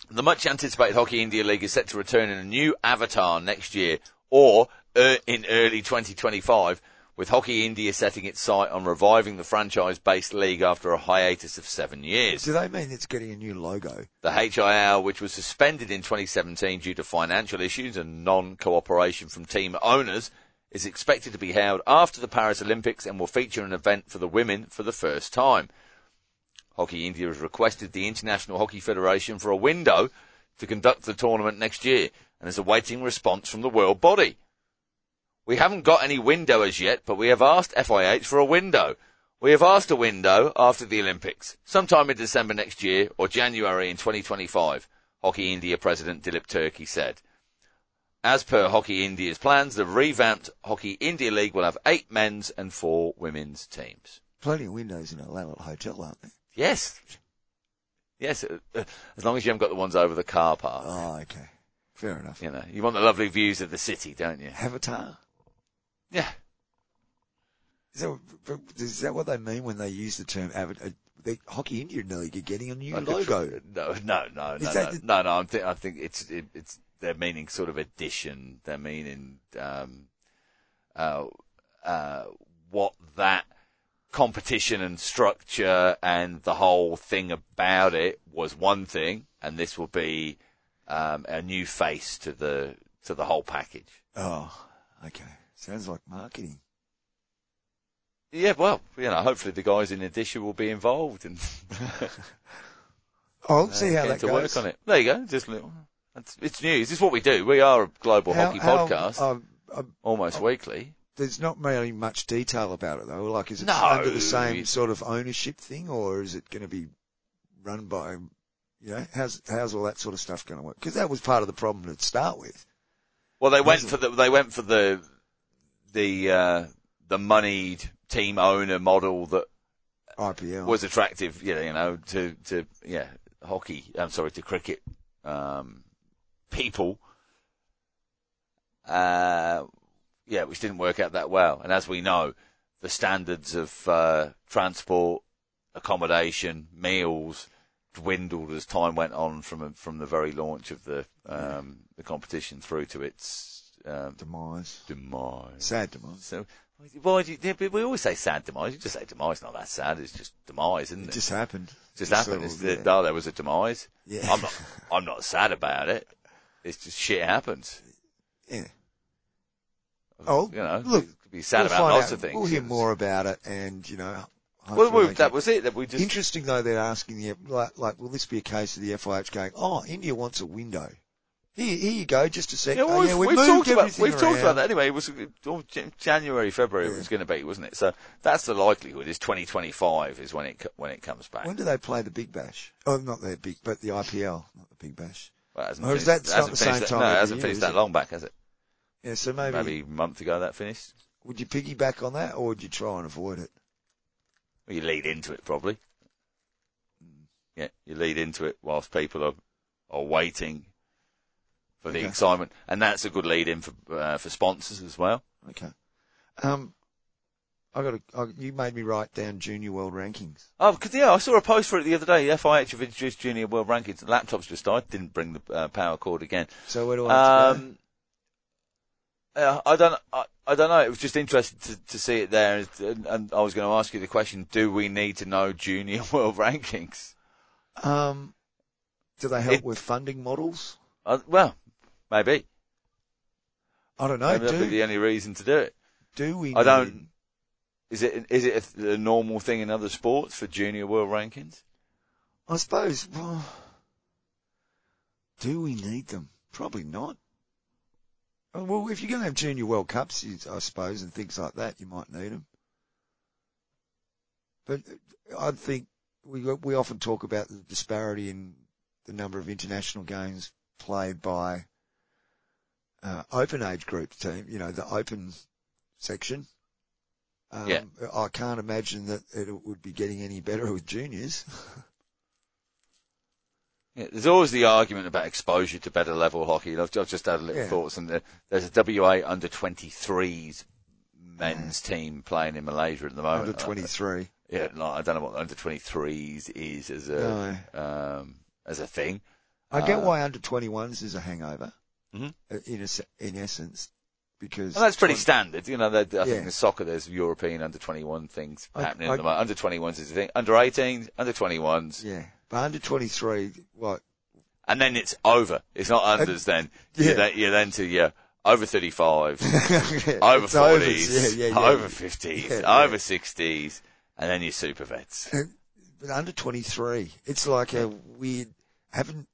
[SPEAKER 2] the much anticipated Hockey India League is set to return in a new avatar next year, or er, in early 2025, with Hockey India setting its sight on reviving the franchise-based league after a hiatus of seven years.
[SPEAKER 1] Do they mean it's getting a new logo?
[SPEAKER 2] The HIR, which was suspended in 2017 due to financial issues and non-cooperation from team owners, is expected to be held after the Paris Olympics and will feature an event for the women for the first time. Hockey India has requested the International Hockey Federation for a window to conduct the tournament next year and is awaiting response from the world body. We haven't got any window as yet, but we have asked FIH for a window. We have asked a window after the Olympics, sometime in December next year or January in 2025, Hockey India President Dilip Turkey said. As per Hockey India's plans, the revamped Hockey India League will have eight men's and four women's teams.
[SPEAKER 1] Plenty of windows in a Lallet hotel, aren't there?
[SPEAKER 2] Yes. Yes, uh, uh, as long as you haven't got the ones over the car park.
[SPEAKER 1] Oh, okay. Fair enough.
[SPEAKER 2] You know, you want the lovely views of the city, don't you?
[SPEAKER 1] Avatar.
[SPEAKER 2] Yeah.
[SPEAKER 1] Is that, but is that what they mean when they use the term avatar? The Hockey Indian League are getting a new
[SPEAKER 2] Like a
[SPEAKER 1] logo.
[SPEAKER 2] tr- no, no, no,
[SPEAKER 1] Is
[SPEAKER 2] no, no,
[SPEAKER 1] that-
[SPEAKER 2] no, no. I'm thi- I think it's it, it's they're meaning sort of addition. They're meaning um, uh, uh, what that competition and structure and the whole thing about it was one thing, and this will be um, a new face to the to the whole package.
[SPEAKER 1] Oh, okay. Sounds like marketing.
[SPEAKER 2] Yeah, well, you know, hopefully the guys in addition will be involved and
[SPEAKER 1] I'll see how
[SPEAKER 2] Uh, get
[SPEAKER 1] that
[SPEAKER 2] to
[SPEAKER 1] goes.
[SPEAKER 2] work on it. There you go. Just a little. That's, it's news. It's what we do. We are a global
[SPEAKER 1] How-
[SPEAKER 2] hockey
[SPEAKER 1] how-
[SPEAKER 2] podcast.
[SPEAKER 1] um, um,
[SPEAKER 2] almost weekly.
[SPEAKER 1] there's not really much detail about it though. Like, is it
[SPEAKER 2] No.
[SPEAKER 1] under the same sort of ownership thing, or is it going to be run by? You know, how's how's all that sort of stuff going to work? Because that was part of the problem to start with.
[SPEAKER 2] Well, they went
[SPEAKER 1] Amazing.
[SPEAKER 2] for the they went for the the uh, the moneyed team owner model that
[SPEAKER 1] IPL.
[SPEAKER 2] was attractive. You know, you know, to to yeah, hockey. I'm sorry, to cricket um, people. Uh, yeah, which didn't work out that well. And as we know, the standards of uh, transport, accommodation, meals dwindled as time went on from from the very launch of the um, the competition through to its um,
[SPEAKER 1] demise,
[SPEAKER 2] demise.
[SPEAKER 1] sad demise.
[SPEAKER 2] So why do you, yeah, but we always say sad demise? You just say demise, not that sad. It's just demise, isn't
[SPEAKER 1] It
[SPEAKER 2] it?
[SPEAKER 1] just happened. It's
[SPEAKER 2] just happened.
[SPEAKER 1] sort
[SPEAKER 2] It's
[SPEAKER 1] of,
[SPEAKER 2] the,
[SPEAKER 1] yeah.
[SPEAKER 2] oh, there was a demise.
[SPEAKER 1] Yeah.
[SPEAKER 2] I'm not. I'm not sad about it. It's just shit happens.
[SPEAKER 1] yeah. Oh,
[SPEAKER 2] you know,
[SPEAKER 1] look,
[SPEAKER 2] you could be sad
[SPEAKER 1] we'll
[SPEAKER 2] about
[SPEAKER 1] find
[SPEAKER 2] lots
[SPEAKER 1] out-
[SPEAKER 2] of things.
[SPEAKER 1] We'll hear
[SPEAKER 2] It was-
[SPEAKER 1] more about it, and you know,
[SPEAKER 2] Well,
[SPEAKER 1] hopefully
[SPEAKER 2] well,
[SPEAKER 1] they
[SPEAKER 2] that
[SPEAKER 1] can-
[SPEAKER 2] was it. That we just
[SPEAKER 1] Interesting though, they're asking the like, like, will this be a case of the FIH going? Oh, India wants a window. Here, here you go, just a sec.
[SPEAKER 2] Yeah, well,
[SPEAKER 1] Oh,
[SPEAKER 2] we've,
[SPEAKER 1] yeah,
[SPEAKER 2] we've,
[SPEAKER 1] moved
[SPEAKER 2] talked about
[SPEAKER 1] everything
[SPEAKER 2] we've talked about
[SPEAKER 1] around.
[SPEAKER 2] that anyway. It was oh, Jan- January, February it was going to be, wasn't it? So that's the likelihood is 2025 is when it co- when it comes back.
[SPEAKER 1] When do they play the Big Bash? Oh, not their big, but the IPL, not the Big Bash.
[SPEAKER 2] Well, it hasn't
[SPEAKER 1] Or is
[SPEAKER 2] finished-
[SPEAKER 1] that- it's
[SPEAKER 2] it
[SPEAKER 1] not
[SPEAKER 2] hasn't
[SPEAKER 1] the same
[SPEAKER 2] finished
[SPEAKER 1] time
[SPEAKER 2] That, no,
[SPEAKER 1] every
[SPEAKER 2] it hasn't
[SPEAKER 1] year,
[SPEAKER 2] finished
[SPEAKER 1] is
[SPEAKER 2] that
[SPEAKER 1] it?
[SPEAKER 2] long back, has it?
[SPEAKER 1] Yeah, so maybe,
[SPEAKER 2] Maybe a month ago that finished.
[SPEAKER 1] would you piggyback on that, or would you try and avoid it?
[SPEAKER 2] Well, you lead into it probably. Mm. Yeah, you lead into it whilst people are are waiting for the
[SPEAKER 1] Okay.
[SPEAKER 2] excitement, and that's a good lead in for uh, for sponsors as well.
[SPEAKER 1] Okay. Um, I got. A, I, you made me write down junior world rankings.
[SPEAKER 2] Oh, 'cause, yeah, I saw a post for it the other day. FIH have introduced junior world rankings. The laptop's just died. Didn't bring the uh, power cord again.
[SPEAKER 1] So where do I? have to go?
[SPEAKER 2] Um, yeah, I don't, I, I don't know. It was just interesting to, to see it there, and, and I was going to ask you the question: Do we need to know junior world rankings?
[SPEAKER 1] Um, do they help
[SPEAKER 2] It-
[SPEAKER 1] with funding models?
[SPEAKER 2] Uh, well, maybe.
[SPEAKER 1] I don't know.
[SPEAKER 2] Maybe that'd be
[SPEAKER 1] Do,
[SPEAKER 2] the only reason to do it.
[SPEAKER 1] do we?
[SPEAKER 2] I don't-
[SPEAKER 1] need-
[SPEAKER 2] Is it is it a, a normal thing in other sports for junior world rankings?
[SPEAKER 1] I suppose. Well, do we need them? Probably not. Oh, Well, if you're going to have junior World Cups, you- I suppose, and things like that, you might need them. But uh, I think we we often talk about the disparity in the number of international games played by uh, open age group team. You know, the open section. Um,
[SPEAKER 2] Yeah.
[SPEAKER 1] I can't imagine that it would be getting any better with juniors.
[SPEAKER 2] Yeah, there's always the argument about exposure to better level hockey. and I've, I've just had a little
[SPEAKER 1] Yeah.
[SPEAKER 2] thoughts, and there- there's a WA under 23s men's team playing in Malaysia at the moment.
[SPEAKER 1] Mm.
[SPEAKER 2] Uh,
[SPEAKER 1] Under 23.
[SPEAKER 2] Yeah, no, I don't know what under 23s is as a
[SPEAKER 1] No.
[SPEAKER 2] um, as a thing.
[SPEAKER 1] I get
[SPEAKER 2] Uh,
[SPEAKER 1] why under 21s is a hangover.
[SPEAKER 2] Mhm.
[SPEAKER 1] uh, In, es- in essence, because.
[SPEAKER 2] And that's pretty
[SPEAKER 1] 20
[SPEAKER 2] standard, you know. that- I
[SPEAKER 1] Yeah.
[SPEAKER 2] think in soccer there's European under 21 things
[SPEAKER 1] I-
[SPEAKER 2] happening
[SPEAKER 1] I-
[SPEAKER 2] at the moment. Under 21s is a thing. Under 18s, under 21s,
[SPEAKER 1] Yeah. But under 23, what?
[SPEAKER 2] and then it's over. It's not unders then.
[SPEAKER 1] yeah.
[SPEAKER 2] You're, then. you're then to your over 35s, over
[SPEAKER 1] Over
[SPEAKER 2] 40s,
[SPEAKER 1] Yeah, yeah, yeah.
[SPEAKER 2] over 50s,
[SPEAKER 1] Yeah, yeah.
[SPEAKER 2] over 60s, and then your super vets.
[SPEAKER 1] But under 23, it's like a weird. Haven't.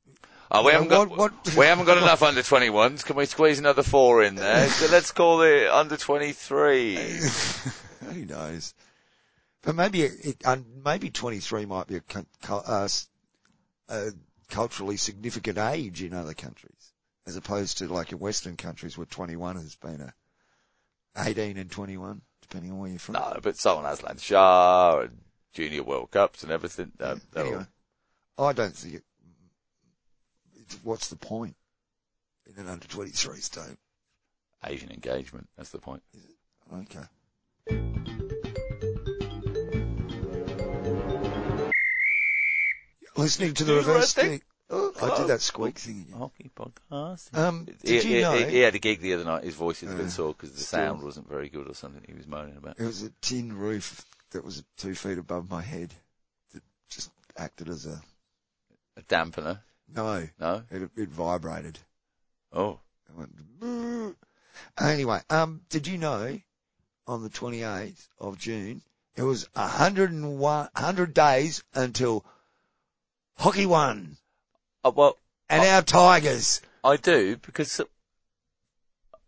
[SPEAKER 2] Oh, we
[SPEAKER 1] Yeah,
[SPEAKER 2] haven't got
[SPEAKER 1] what- what-
[SPEAKER 2] we haven't got enough under 21s. Can we squeeze another four in there? So let's call it under 23s.
[SPEAKER 1] Who knows? But maybe it, it un- maybe 23 might be a, cu- cu- uh, s- a culturally significant age in other countries, as opposed to like in Western countries where 21 has been a 18 and 21, depending on where you're from.
[SPEAKER 2] No, but someone has Lancashire and Junior World Cups and everything. Uh, they're all-
[SPEAKER 1] Anyway, I don't think it. It's, what's the point in an under 23 state?
[SPEAKER 2] Asian engagement. That's the point.
[SPEAKER 1] Okay. Listening to the
[SPEAKER 2] Do the right
[SPEAKER 1] reverse
[SPEAKER 2] thing.
[SPEAKER 1] thing. Oh, I did that squeak thing again.
[SPEAKER 2] Hockey podcast.
[SPEAKER 1] Um,
[SPEAKER 2] He,
[SPEAKER 1] did you
[SPEAKER 2] he-
[SPEAKER 1] know
[SPEAKER 2] he- he had a gig the other night. His voice is a
[SPEAKER 1] Uh,
[SPEAKER 2] bit sore because the
[SPEAKER 1] still-
[SPEAKER 2] sound wasn't very good or something. He was moaning about.
[SPEAKER 1] it was a tin roof that was two feet above my head that just acted as a
[SPEAKER 2] A dampener.
[SPEAKER 1] no.
[SPEAKER 2] No.
[SPEAKER 1] It, it vibrated.
[SPEAKER 2] Oh.
[SPEAKER 1] It went, "Brrr." Uh, anyway, um, did you know on the 28th of June, it was 101, 100 days until hockey won
[SPEAKER 2] Uh, well,
[SPEAKER 1] and our Tigers.
[SPEAKER 2] I do because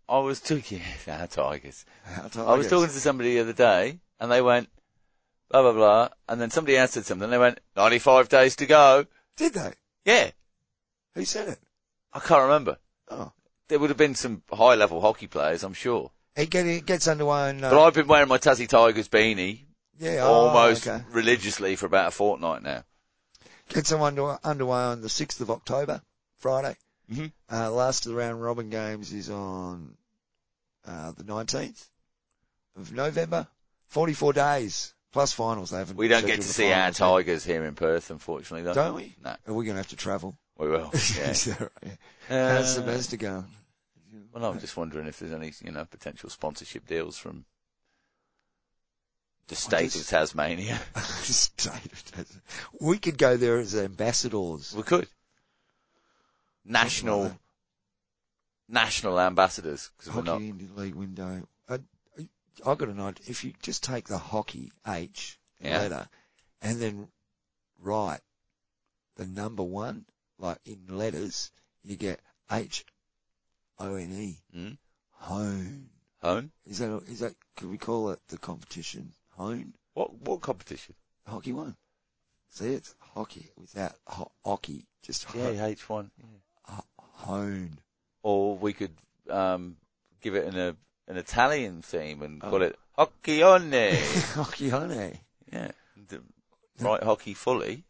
[SPEAKER 2] I was talking. Our tigers.
[SPEAKER 1] Our Tigers.
[SPEAKER 2] I was talking to somebody the other day, and they went blah blah blah, and then somebody else said something. And they went 95 days to go.
[SPEAKER 1] Did they?
[SPEAKER 2] Yeah,
[SPEAKER 1] Who said it?
[SPEAKER 2] I can't remember.
[SPEAKER 1] Oh.
[SPEAKER 2] There would have been some high level hockey players, I'm sure.
[SPEAKER 1] It, get, it gets underway and, uh,
[SPEAKER 2] But I've been wearing my Tassie Tigers beanie
[SPEAKER 1] yeah, oh,
[SPEAKER 2] almost
[SPEAKER 1] okay.
[SPEAKER 2] religiously for about a fortnight now.
[SPEAKER 1] Gets under, underway on the 6th of October, Friday.
[SPEAKER 2] Mhm.
[SPEAKER 1] Uh, last of the round robin games is on, uh, the 19th of November. 44 days plus finals. They haven't
[SPEAKER 2] We don't
[SPEAKER 1] scheduled
[SPEAKER 2] get to
[SPEAKER 1] the
[SPEAKER 2] see our
[SPEAKER 1] finals yet.
[SPEAKER 2] Tigers here in Perth, unfortunately, though.
[SPEAKER 1] Don't we?
[SPEAKER 2] No,
[SPEAKER 1] Are we going to have to travel?
[SPEAKER 2] we will. Yeah.
[SPEAKER 1] Is that right?
[SPEAKER 2] Uh,
[SPEAKER 1] How's semester going?
[SPEAKER 2] well, I'm just wondering if there's any, you know, potential sponsorship deals from the state of
[SPEAKER 1] just-
[SPEAKER 2] Tasmania.
[SPEAKER 1] State of Tasman. we could go there as ambassadors.
[SPEAKER 2] We could. National, national ambassadors, because we're not.
[SPEAKER 1] Hockey in the league window. I, I got an idea. If you just take the hockey H
[SPEAKER 2] Yeah.
[SPEAKER 1] letter and then write the number one, like in letters, you get H O N E.
[SPEAKER 2] Hmm?
[SPEAKER 1] Hone.
[SPEAKER 2] Hone?
[SPEAKER 1] Is that, is that, could we call it the competition? Hone?
[SPEAKER 2] What, what competition?
[SPEAKER 1] Hockey one. See, it's hockey without ho- hockey. Just ho-
[SPEAKER 2] Yeah, H1. Yeah.
[SPEAKER 1] ho- hone.
[SPEAKER 2] or we could um, give it an, a, an Italian theme and
[SPEAKER 1] Oh.
[SPEAKER 2] call it Hocchione.
[SPEAKER 1] hockey honey.
[SPEAKER 2] yeah, D- right hockey fully.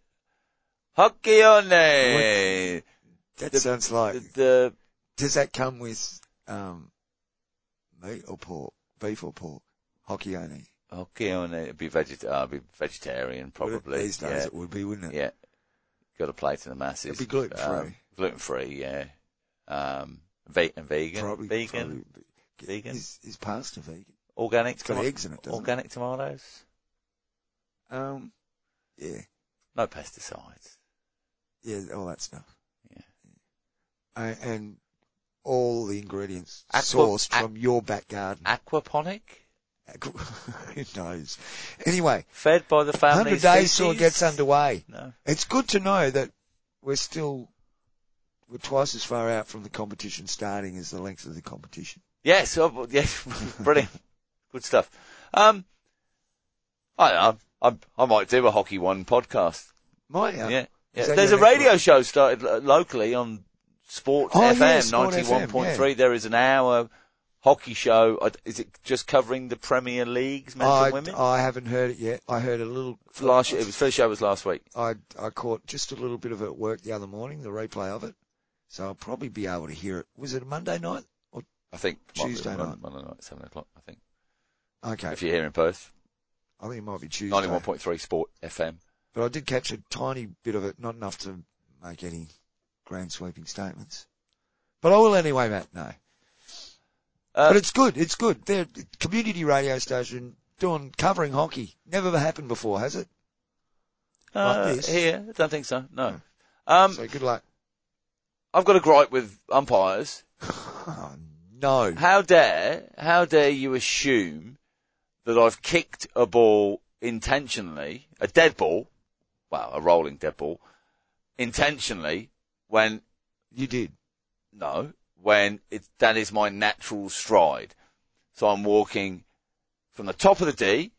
[SPEAKER 2] Hocchione.
[SPEAKER 1] That
[SPEAKER 2] The-
[SPEAKER 1] sounds like.
[SPEAKER 2] The, the
[SPEAKER 1] does that come with um, meat or pork? Beef or pork? Hockey honey.
[SPEAKER 2] hockey on it. It'd be, veget- uh, it'd be vegetarian,
[SPEAKER 1] Would it-
[SPEAKER 2] probably.
[SPEAKER 1] These days
[SPEAKER 2] yeah.
[SPEAKER 1] it would be, wouldn't it?
[SPEAKER 2] yeah. uh, Got to play to the masses.
[SPEAKER 1] It'd be gluten-free.
[SPEAKER 2] gluten free, yeah. Um, ve- and vegan.
[SPEAKER 1] Probably
[SPEAKER 2] vegan.
[SPEAKER 1] probably be-
[SPEAKER 2] Vegan?
[SPEAKER 1] Is, is pasta vegan?
[SPEAKER 2] Organic
[SPEAKER 1] It's got
[SPEAKER 2] tomo-
[SPEAKER 1] eggs in it, doesn't
[SPEAKER 2] Organic tomatoes.
[SPEAKER 1] it? Um, yeah,
[SPEAKER 2] No pesticides.
[SPEAKER 1] yeah, all that stuff.
[SPEAKER 2] Yeah.
[SPEAKER 1] And, and all the ingredients
[SPEAKER 2] Aqua-
[SPEAKER 1] sourced
[SPEAKER 2] a-
[SPEAKER 1] from your back garden.
[SPEAKER 2] Aquaponic.
[SPEAKER 1] Who knows? Anyway,
[SPEAKER 2] Fed by the family.
[SPEAKER 1] 100 days till
[SPEAKER 2] still
[SPEAKER 1] it gets underway.
[SPEAKER 2] No.
[SPEAKER 1] It's good to know that we're still we're twice as far out from the competition starting as the length of the competition.
[SPEAKER 2] Yes, oh, yes, brilliant, good stuff. Um, I don't know, I, I might do a hockey one podcast.
[SPEAKER 1] Might
[SPEAKER 2] Yeah,
[SPEAKER 1] I?
[SPEAKER 2] yeah.
[SPEAKER 1] Is that
[SPEAKER 2] There's a
[SPEAKER 1] your
[SPEAKER 2] radio
[SPEAKER 1] network?
[SPEAKER 2] show started lo- locally on Sports
[SPEAKER 1] Oh, yeah,
[SPEAKER 2] FM
[SPEAKER 1] Sport
[SPEAKER 2] ninety one point
[SPEAKER 1] FM,
[SPEAKER 2] three. There is an hour hockey show. I- Is it just covering the Premier Leagues, men
[SPEAKER 1] I,
[SPEAKER 2] and women?
[SPEAKER 1] I haven't heard it yet. I heard a little.
[SPEAKER 2] last year, it was first show was last week.
[SPEAKER 1] I I caught just a little bit of it at work the other morning, the replay of it. So I'll probably be able to hear it. Was it a Monday night?
[SPEAKER 2] I think Might be
[SPEAKER 1] Tuesday
[SPEAKER 2] Mon-
[SPEAKER 1] night.
[SPEAKER 2] Monday night, seven o'clock. I think
[SPEAKER 1] Okay,
[SPEAKER 2] if you're here in Perth,
[SPEAKER 1] I think it might be Tuesday.
[SPEAKER 2] ninety one point three Sport FM.
[SPEAKER 1] But I did catch a tiny bit of it, not enough to make any grand sweeping statements. But I will anyway, Matt. No,
[SPEAKER 2] Uh,
[SPEAKER 1] but it's good. It's good. They're a community radio station doing covering hockey. Never happened before, has it?
[SPEAKER 2] uh,
[SPEAKER 1] this.
[SPEAKER 2] here, I don't think so. No. Um,
[SPEAKER 1] so good luck.
[SPEAKER 2] I've got a gripe with umpires.
[SPEAKER 1] Oh, no.
[SPEAKER 2] How dare, how dare you assume that I've kicked a ball intentionally, a dead ball, well, a rolling dead ball, intentionally when,
[SPEAKER 1] You did.
[SPEAKER 2] no, when it, that is my natural stride. So I'm walking from the top of the D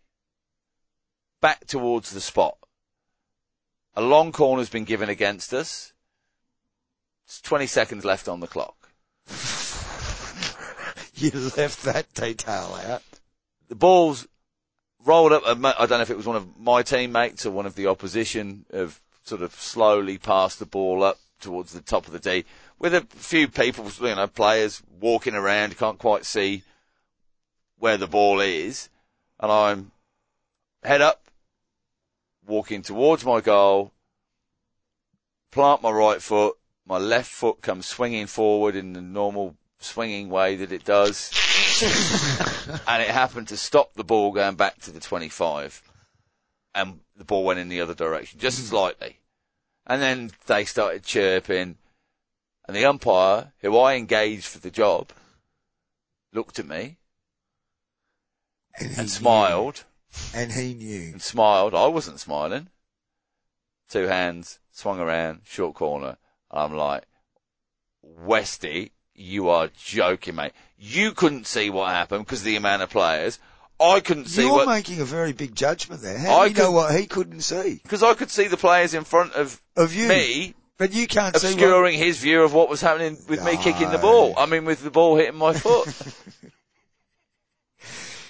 [SPEAKER 2] back towards the spot. A long corner's been given against us. It's 20 seconds left on the clock.
[SPEAKER 1] You left that detail out.
[SPEAKER 2] the balls rolled up. uh, I don't know if it was one of my teammates or one of the opposition have sort of slowly passed the ball up towards the top of the D with a few people, you know, players walking around, can't quite see where the ball is. And I'm head up, walking towards my goal, plant my right foot, my left foot comes swinging forward in the normal swinging way that it does and it happened to stop the ball going back to the 25 and the ball went in the other direction just slightly and then they started chirping and the umpire who i engaged for the job looked at me
[SPEAKER 1] And, he
[SPEAKER 2] and smiled
[SPEAKER 1] knew. And he knew.
[SPEAKER 2] and smiled i wasn't smiling two hands swung around short corner i'm like westy you are joking mate you couldn't see what happened because the amount of players I couldn't see
[SPEAKER 1] You're
[SPEAKER 2] what
[SPEAKER 1] making a very big judgment there. How
[SPEAKER 2] I
[SPEAKER 1] do you know
[SPEAKER 2] could-
[SPEAKER 1] what he couldn't see
[SPEAKER 2] because I could see the players in front of
[SPEAKER 1] of you?
[SPEAKER 2] me
[SPEAKER 1] But you can't see what
[SPEAKER 2] obscuring his view of what was happening with me kicking the
[SPEAKER 1] No.
[SPEAKER 2] ball. I mean, with the ball hitting my foot.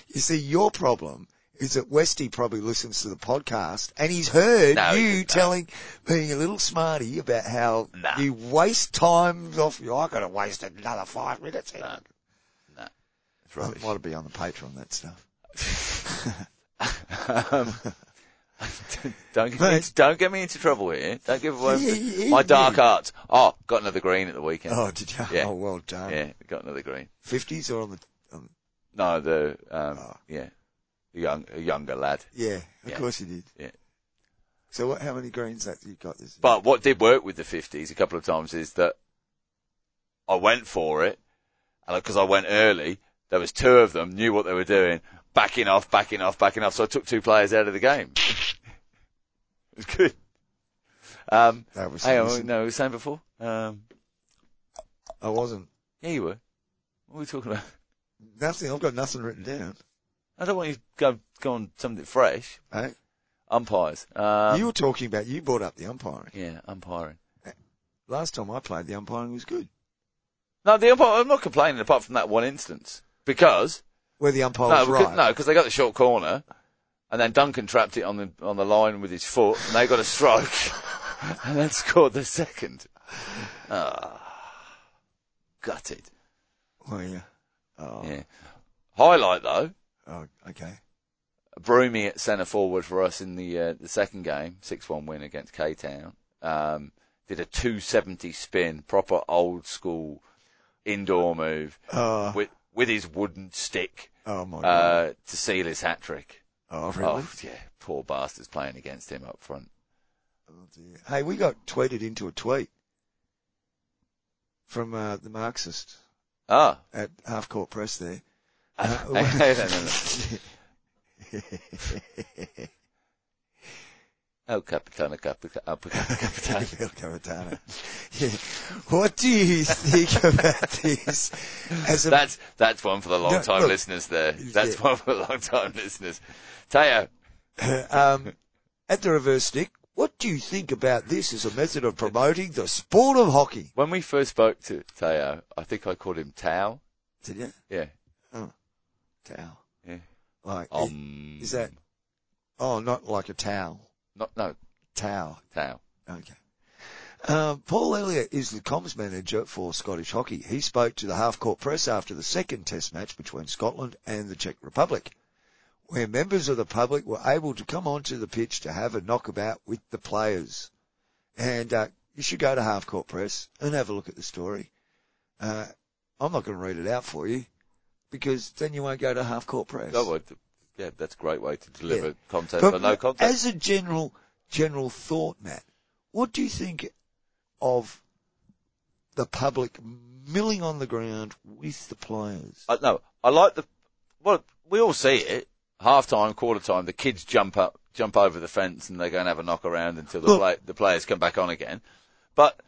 [SPEAKER 1] You see, your problem is that Westy probably listens to the podcast and he's heard
[SPEAKER 2] No, he
[SPEAKER 1] you
[SPEAKER 2] didn't, no.
[SPEAKER 1] telling, being a little smarty about how
[SPEAKER 2] No.
[SPEAKER 1] you waste time off. I could have wasted another five minutes. here.
[SPEAKER 2] It's
[SPEAKER 1] Well,
[SPEAKER 2] rubbish.
[SPEAKER 1] it might be on the Patreon, that stuff.
[SPEAKER 2] um, don't, get me
[SPEAKER 1] Mate.
[SPEAKER 2] into, don't get me into trouble here. Don't give away
[SPEAKER 1] He- he-
[SPEAKER 2] my
[SPEAKER 1] he
[SPEAKER 2] dark
[SPEAKER 1] knew.
[SPEAKER 2] arts. Oh, got another green at the weekend.
[SPEAKER 1] Oh, did you?
[SPEAKER 2] Yeah.
[SPEAKER 1] Oh, well done.
[SPEAKER 2] Yeah, got another green.
[SPEAKER 1] 50s or on the, on,
[SPEAKER 2] No, the um,
[SPEAKER 1] Oh.
[SPEAKER 2] yeah, the young, a younger lad.
[SPEAKER 1] yeah, of
[SPEAKER 2] Yeah.
[SPEAKER 1] course you did.
[SPEAKER 2] Yeah.
[SPEAKER 1] So what, how many greens that you got this?
[SPEAKER 2] But what did work with the 50s a couple of times is that I went for it, and because I went early, there was two of them knew what they were doing, backing off, backing off, backing off. So I took two players out of the game. it was good. Um,
[SPEAKER 1] that was,
[SPEAKER 2] hang on,
[SPEAKER 1] listen,
[SPEAKER 2] no, we were saying before. Um,
[SPEAKER 1] I wasn't.
[SPEAKER 2] yeah, you were. What were we talking about?
[SPEAKER 1] Nothing, I've got nothing written down.
[SPEAKER 2] I don't want you to go go on something fresh.
[SPEAKER 1] eh?
[SPEAKER 2] Umpires. Um,
[SPEAKER 1] you were talking about, you brought up the umpiring.
[SPEAKER 2] yeah, umpiring.
[SPEAKER 1] Last time I played, the umpiring was good.
[SPEAKER 2] No, the umpire. I'm not complaining apart from that one instance because
[SPEAKER 1] Where the umpire
[SPEAKER 2] No,
[SPEAKER 1] was
[SPEAKER 2] because,
[SPEAKER 1] right.
[SPEAKER 2] no, because they got the short corner, and then Duncan trapped it on the on the line with his foot, and they got a stroke, and then scored the second. Ah, gutted.
[SPEAKER 1] Oh yeah. Oh,
[SPEAKER 2] Yeah. Highlight though,
[SPEAKER 1] oh okay.
[SPEAKER 2] Broomy at centre forward for us in the uh, the second game, six one win against K Town. Um, did a two seventy spin, proper old school indoor move
[SPEAKER 1] Oh,
[SPEAKER 2] with with his wooden stick
[SPEAKER 1] oh my God.
[SPEAKER 2] uh, to seal his hat trick.
[SPEAKER 1] oh, really?
[SPEAKER 2] Oh yeah, poor bastards playing against him up front.
[SPEAKER 1] Oh, dear. Hey, we got tweeted into a tweet from uh, the Marxist
[SPEAKER 2] Ah,
[SPEAKER 1] at Half Court Press there.
[SPEAKER 2] I
[SPEAKER 1] Uh,
[SPEAKER 2] no, no, no. Oh, Capitano, Capitano, Capitano.
[SPEAKER 1] El Capitano. Yeah. What do you think about this? As a,
[SPEAKER 2] That's that's one for the long
[SPEAKER 1] No,
[SPEAKER 2] time
[SPEAKER 1] look.
[SPEAKER 2] listeners. There, that's
[SPEAKER 1] Yeah.
[SPEAKER 2] one for the long time listeners. Teo,
[SPEAKER 1] um, at the reverse stick, what do you think about this as a method of promoting the sport of hockey?
[SPEAKER 2] when we first spoke to Teo, I think I called him Tao.
[SPEAKER 1] Did you?
[SPEAKER 2] Yeah.
[SPEAKER 1] Towel.
[SPEAKER 2] Yeah.
[SPEAKER 1] Like,
[SPEAKER 2] Um,
[SPEAKER 1] is that- oh, not like a towel.
[SPEAKER 2] not no
[SPEAKER 1] Towel.
[SPEAKER 2] Tao?
[SPEAKER 1] Okay. Um, Paul Elliott is the comms manager for Scottish hockey. He spoke to the half-court press after the second test match between Scotland and the Czech Republic, where members of the public were able to come onto the pitch to have a knockabout with the players. And uh, you should go to half-court press and have a look at the story. Uh, I'm not going to read it out for you because then you won't go to half-court press.
[SPEAKER 2] Oh, well, yeah, that's a great way to deliver
[SPEAKER 1] Yeah.
[SPEAKER 2] content
[SPEAKER 1] But
[SPEAKER 2] for no content.
[SPEAKER 1] As a general general thought, Matt, what do you think of the public milling on the ground with the players?
[SPEAKER 2] I, no, I like the. Well, we all see it. Half time, quarter time, the kids jump up, jump over the fence, and they go and have a knock around until the,
[SPEAKER 1] Look.
[SPEAKER 2] play, the players come back on again. But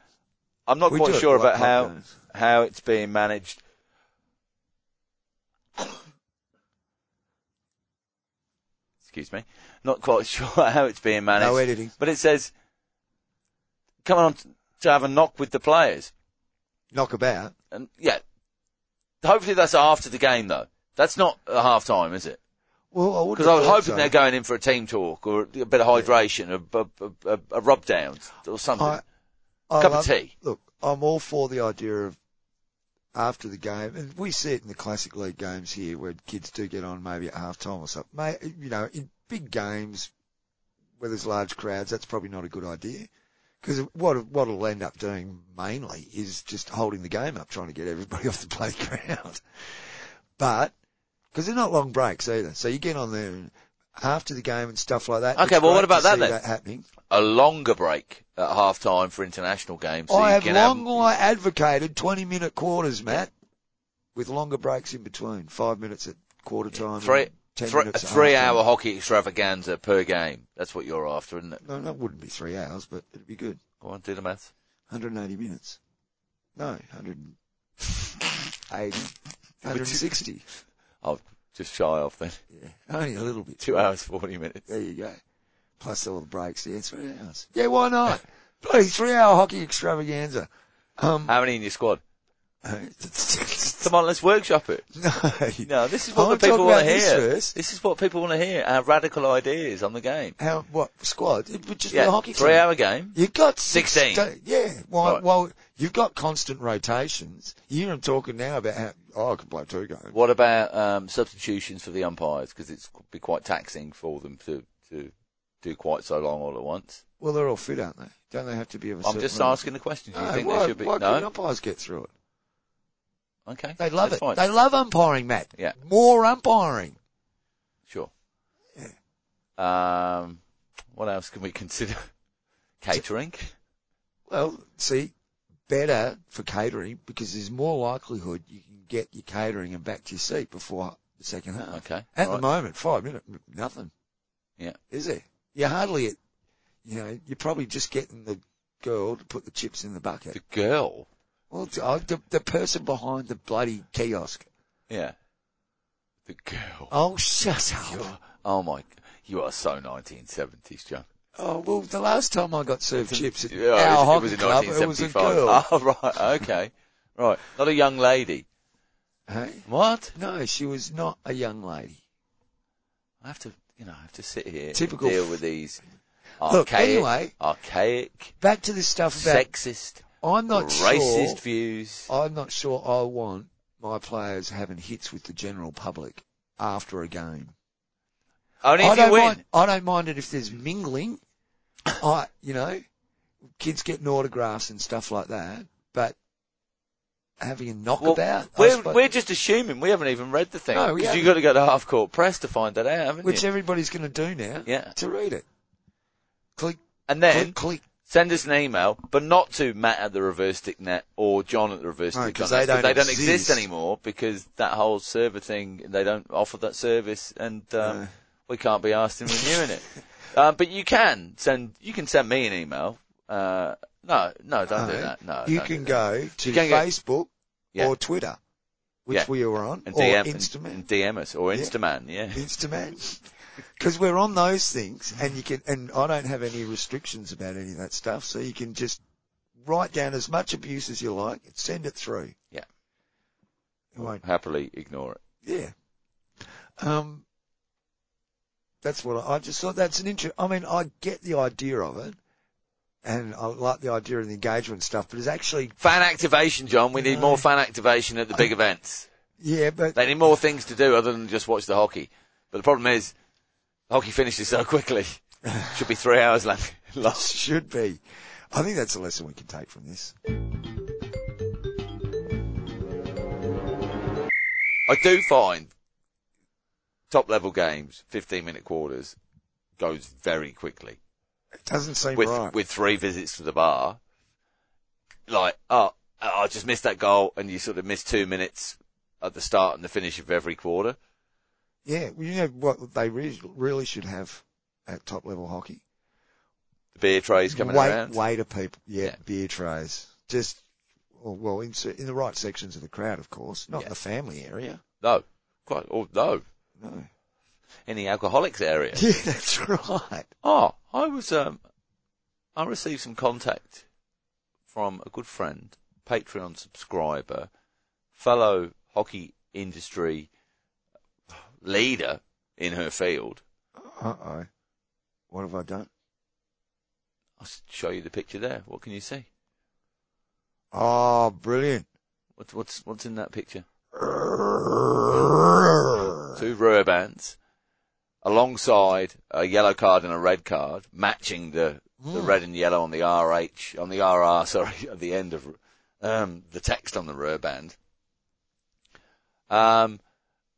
[SPEAKER 2] I'm not
[SPEAKER 1] We do
[SPEAKER 2] quite
[SPEAKER 1] it
[SPEAKER 2] sure
[SPEAKER 1] like
[SPEAKER 2] about how
[SPEAKER 1] lockdowns.
[SPEAKER 2] how it's being managed. Excuse me, not quite sure how it's being managed.
[SPEAKER 1] No editing.
[SPEAKER 2] But it says, "Come on t- to have a knock with the players."
[SPEAKER 1] Knock about.
[SPEAKER 2] And yeah, hopefully that's after the game though. That's not at half time, is it?
[SPEAKER 1] Well, I would
[SPEAKER 2] Because I was hoping they're going in for a team talk or a bit of hydration, a, a, a, a rub down or something.
[SPEAKER 1] I- I
[SPEAKER 2] Cup of
[SPEAKER 1] love-
[SPEAKER 2] tea.
[SPEAKER 1] Look, I'm all for the idea of after the game, and we see it in the classic league games here where kids do get on maybe at half time or something. May you know, in big games where there's large crowds, that's probably not a good idea. Because what what it'll end up doing mainly is just holding the game up, trying to get everybody off the playground. But because they're not long breaks either, so you get on there and after the game and stuff like that.
[SPEAKER 2] Okay,
[SPEAKER 1] it's
[SPEAKER 2] well, what
[SPEAKER 1] great to
[SPEAKER 2] about that
[SPEAKER 1] see
[SPEAKER 2] then?
[SPEAKER 1] happening.
[SPEAKER 2] a longer break at half time for international games. So
[SPEAKER 1] I
[SPEAKER 2] you
[SPEAKER 1] have
[SPEAKER 2] can
[SPEAKER 1] long
[SPEAKER 2] have,
[SPEAKER 1] li- advocated 20 minute quarters, Matt, with longer breaks in between. Five minutes at quarter time.
[SPEAKER 2] three,
[SPEAKER 1] and 10
[SPEAKER 2] three, a
[SPEAKER 1] minutes at
[SPEAKER 2] three
[SPEAKER 1] half time.
[SPEAKER 2] hour hockey extravaganza per game. That's what you're after, isn't it?
[SPEAKER 1] No, that wouldn't be three hours, but it'd be good.
[SPEAKER 2] Go on, do the maths.
[SPEAKER 1] 180 minutes. No, 180. 160.
[SPEAKER 2] I'll just shy off then.
[SPEAKER 1] Yeah, only a little bit.
[SPEAKER 2] Two hours, 40 minutes.
[SPEAKER 1] There you go. Plus all the breaks. Yeah, three hours. Yeah, why not? Bloody three hour hockey extravaganza. Um,
[SPEAKER 2] How many in your squad? Come on, let's workshop it.
[SPEAKER 1] no.
[SPEAKER 2] No, this is what
[SPEAKER 1] I'm
[SPEAKER 2] the people
[SPEAKER 1] talking
[SPEAKER 2] want to
[SPEAKER 1] about this
[SPEAKER 2] hear.
[SPEAKER 1] first.
[SPEAKER 2] This is what people want to hear. Our radical ideas on the game.
[SPEAKER 1] How, what, squad? It would just be
[SPEAKER 2] Yeah,
[SPEAKER 1] a hockey
[SPEAKER 2] three
[SPEAKER 1] club.
[SPEAKER 2] hour game.
[SPEAKER 1] You've got
[SPEAKER 2] 16.
[SPEAKER 1] sta- yeah. Well,
[SPEAKER 2] Right.
[SPEAKER 1] well, you've got constant rotations. You're talking now about how, oh, I can play two games.
[SPEAKER 2] What about um, substitutions for the umpires? Because it's be quite taxing for them to, to do quite so long all at once.
[SPEAKER 1] Well, they're all fit, aren't they? Don't they have to be of a
[SPEAKER 2] I'm
[SPEAKER 1] certain
[SPEAKER 2] just
[SPEAKER 1] level?
[SPEAKER 2] asking the question. Do you
[SPEAKER 1] No,
[SPEAKER 2] think
[SPEAKER 1] why,
[SPEAKER 2] they should be?
[SPEAKER 1] why couldn't
[SPEAKER 2] No.
[SPEAKER 1] umpires get through it?
[SPEAKER 2] Okay.
[SPEAKER 1] They love
[SPEAKER 2] that's
[SPEAKER 1] it.
[SPEAKER 2] fine.
[SPEAKER 1] They love umpiring, Matt.
[SPEAKER 2] Yeah.
[SPEAKER 1] More umpiring.
[SPEAKER 2] Sure. Um, what else can we consider? Catering.
[SPEAKER 1] Well, see, better for catering because there's more likelihood you can get your catering and back to your seat before the second half.
[SPEAKER 2] Okay.
[SPEAKER 1] At
[SPEAKER 2] right.
[SPEAKER 1] the moment, five minutes, nothing.
[SPEAKER 2] Yeah.
[SPEAKER 1] Is there? You're hardly at, you know, you're probably just getting the girl to put the chips in the bucket.
[SPEAKER 2] the girl.
[SPEAKER 1] Well, it's, uh, the, the person behind the bloody kiosk.
[SPEAKER 2] Yeah. The girl.
[SPEAKER 1] Oh, shut
[SPEAKER 2] You
[SPEAKER 1] up.
[SPEAKER 2] are- oh my! You are so 1970s, John.
[SPEAKER 1] Oh, well, the last time I got served chips at
[SPEAKER 2] Yeah, it
[SPEAKER 1] our
[SPEAKER 2] was- it
[SPEAKER 1] hockey
[SPEAKER 2] was
[SPEAKER 1] club,
[SPEAKER 2] in
[SPEAKER 1] it was a girl.
[SPEAKER 2] 1975. Oh right, okay, right. Not a young lady.
[SPEAKER 1] Hey?
[SPEAKER 2] What?
[SPEAKER 1] No, she was not a young lady.
[SPEAKER 2] I have to, you know, I have to sit here
[SPEAKER 1] Typical
[SPEAKER 2] and deal
[SPEAKER 1] f-
[SPEAKER 2] with these
[SPEAKER 1] Look,
[SPEAKER 2] archaic,
[SPEAKER 1] anyway-
[SPEAKER 2] archaic,
[SPEAKER 1] Back to this stuff about,
[SPEAKER 2] sexist,
[SPEAKER 1] I'm not
[SPEAKER 2] racist
[SPEAKER 1] sure.
[SPEAKER 2] views.
[SPEAKER 1] I'm not sure I want my players having hits with the general public after a game.
[SPEAKER 2] Only
[SPEAKER 1] I
[SPEAKER 2] if you
[SPEAKER 1] don't
[SPEAKER 2] win.
[SPEAKER 1] mind. I don't mind it if there's mingling. I, you know, kids getting autographs and stuff like that, but having a knockabout. I
[SPEAKER 2] we're,
[SPEAKER 1] suppose-
[SPEAKER 2] we're just assuming. We haven't even read the thing.
[SPEAKER 1] No, we
[SPEAKER 2] Because you've
[SPEAKER 1] haven't.
[SPEAKER 2] got to go to half court press to find that out, haven't
[SPEAKER 1] which
[SPEAKER 2] you?
[SPEAKER 1] everybody's going to do now.
[SPEAKER 2] Yeah.
[SPEAKER 1] To read it. Click,
[SPEAKER 2] And then
[SPEAKER 1] click, click.
[SPEAKER 2] send us an email, but not to Matt at the reverse stick net or John at the reverse
[SPEAKER 1] No,
[SPEAKER 2] stick
[SPEAKER 1] 'cause
[SPEAKER 2] dot net,
[SPEAKER 1] they
[SPEAKER 2] but they
[SPEAKER 1] don't
[SPEAKER 2] don't exist
[SPEAKER 1] exist.
[SPEAKER 2] anymore because that whole server thing, they don't offer that service and, um,
[SPEAKER 1] No.
[SPEAKER 2] we can't be asked in renewing it. Um, but you can send, you can send me an email. Uh, no, no, don't do
[SPEAKER 1] No.
[SPEAKER 2] that. No.
[SPEAKER 1] you
[SPEAKER 2] don't
[SPEAKER 1] can
[SPEAKER 2] do that.
[SPEAKER 1] go to
[SPEAKER 2] can go-
[SPEAKER 1] Facebook
[SPEAKER 2] Yeah.
[SPEAKER 1] or Twitter, which
[SPEAKER 2] Yeah.
[SPEAKER 1] we were on,
[SPEAKER 2] and
[SPEAKER 1] or
[SPEAKER 2] DM, and-
[SPEAKER 1] Instaman.
[SPEAKER 2] and DM us or
[SPEAKER 1] Yeah.
[SPEAKER 2] Instaman, yeah.
[SPEAKER 1] Instaman. Because we're on those things, and you can, and I don't have any restrictions about any of that stuff, so you can just write down as much abuse as you like and send it through.
[SPEAKER 2] Yeah.
[SPEAKER 1] It won't-
[SPEAKER 2] Happily ignore it.
[SPEAKER 1] yeah. Um, that's what I, I just thought. That's an interest. I mean, I get the idea of it, and I like the idea of the engagement stuff, but it's actually,
[SPEAKER 2] Fan activation, John. We need
[SPEAKER 1] No.
[SPEAKER 2] more fan activation at the big events.
[SPEAKER 1] yeah, but
[SPEAKER 2] They need more things to do other than just watch the hockey. But the problem is, hockey finishes so quickly. Should be three hours left. Lost.
[SPEAKER 1] should be. I think that's a lesson we can take from this.
[SPEAKER 2] I do find top level games, 15 minute quarters, goes very quickly.
[SPEAKER 1] It doesn't seem
[SPEAKER 2] With,
[SPEAKER 1] right.
[SPEAKER 2] with three visits to the bar. Like, oh, I just missed that goal and you sort of miss two minutes at the start and the finish of every quarter.
[SPEAKER 1] Yeah, well, you know what they really, really should have at top level hockey.
[SPEAKER 2] The beer trays coming
[SPEAKER 1] wait,
[SPEAKER 2] around.
[SPEAKER 1] waiter people. Yeah,
[SPEAKER 2] Yeah.
[SPEAKER 1] beer trays. Just well, well in, cer- in the right sections of the crowd, of course, not
[SPEAKER 2] Yeah.
[SPEAKER 1] in the family area.
[SPEAKER 2] No. Quite, oh, no.
[SPEAKER 1] No.
[SPEAKER 2] In the alcoholics area.
[SPEAKER 1] Yeah, that's right.
[SPEAKER 2] Oh, I was um, I received some contact from a good friend, Patreon subscriber, fellow hockey industry leader in her field.
[SPEAKER 1] Uh oh, what have I done?
[SPEAKER 2] I'll s- show you the picture there. What can you see?
[SPEAKER 1] Oh, brilliant.
[SPEAKER 2] What's what's what's in that picture?
[SPEAKER 1] Two
[SPEAKER 2] Two rubber bands, alongside a yellow card and a red card, matching the the
[SPEAKER 1] Mm.
[SPEAKER 2] red and yellow on the RH on the RR. Sorry, at the end of um, the text on the rubber band. Um,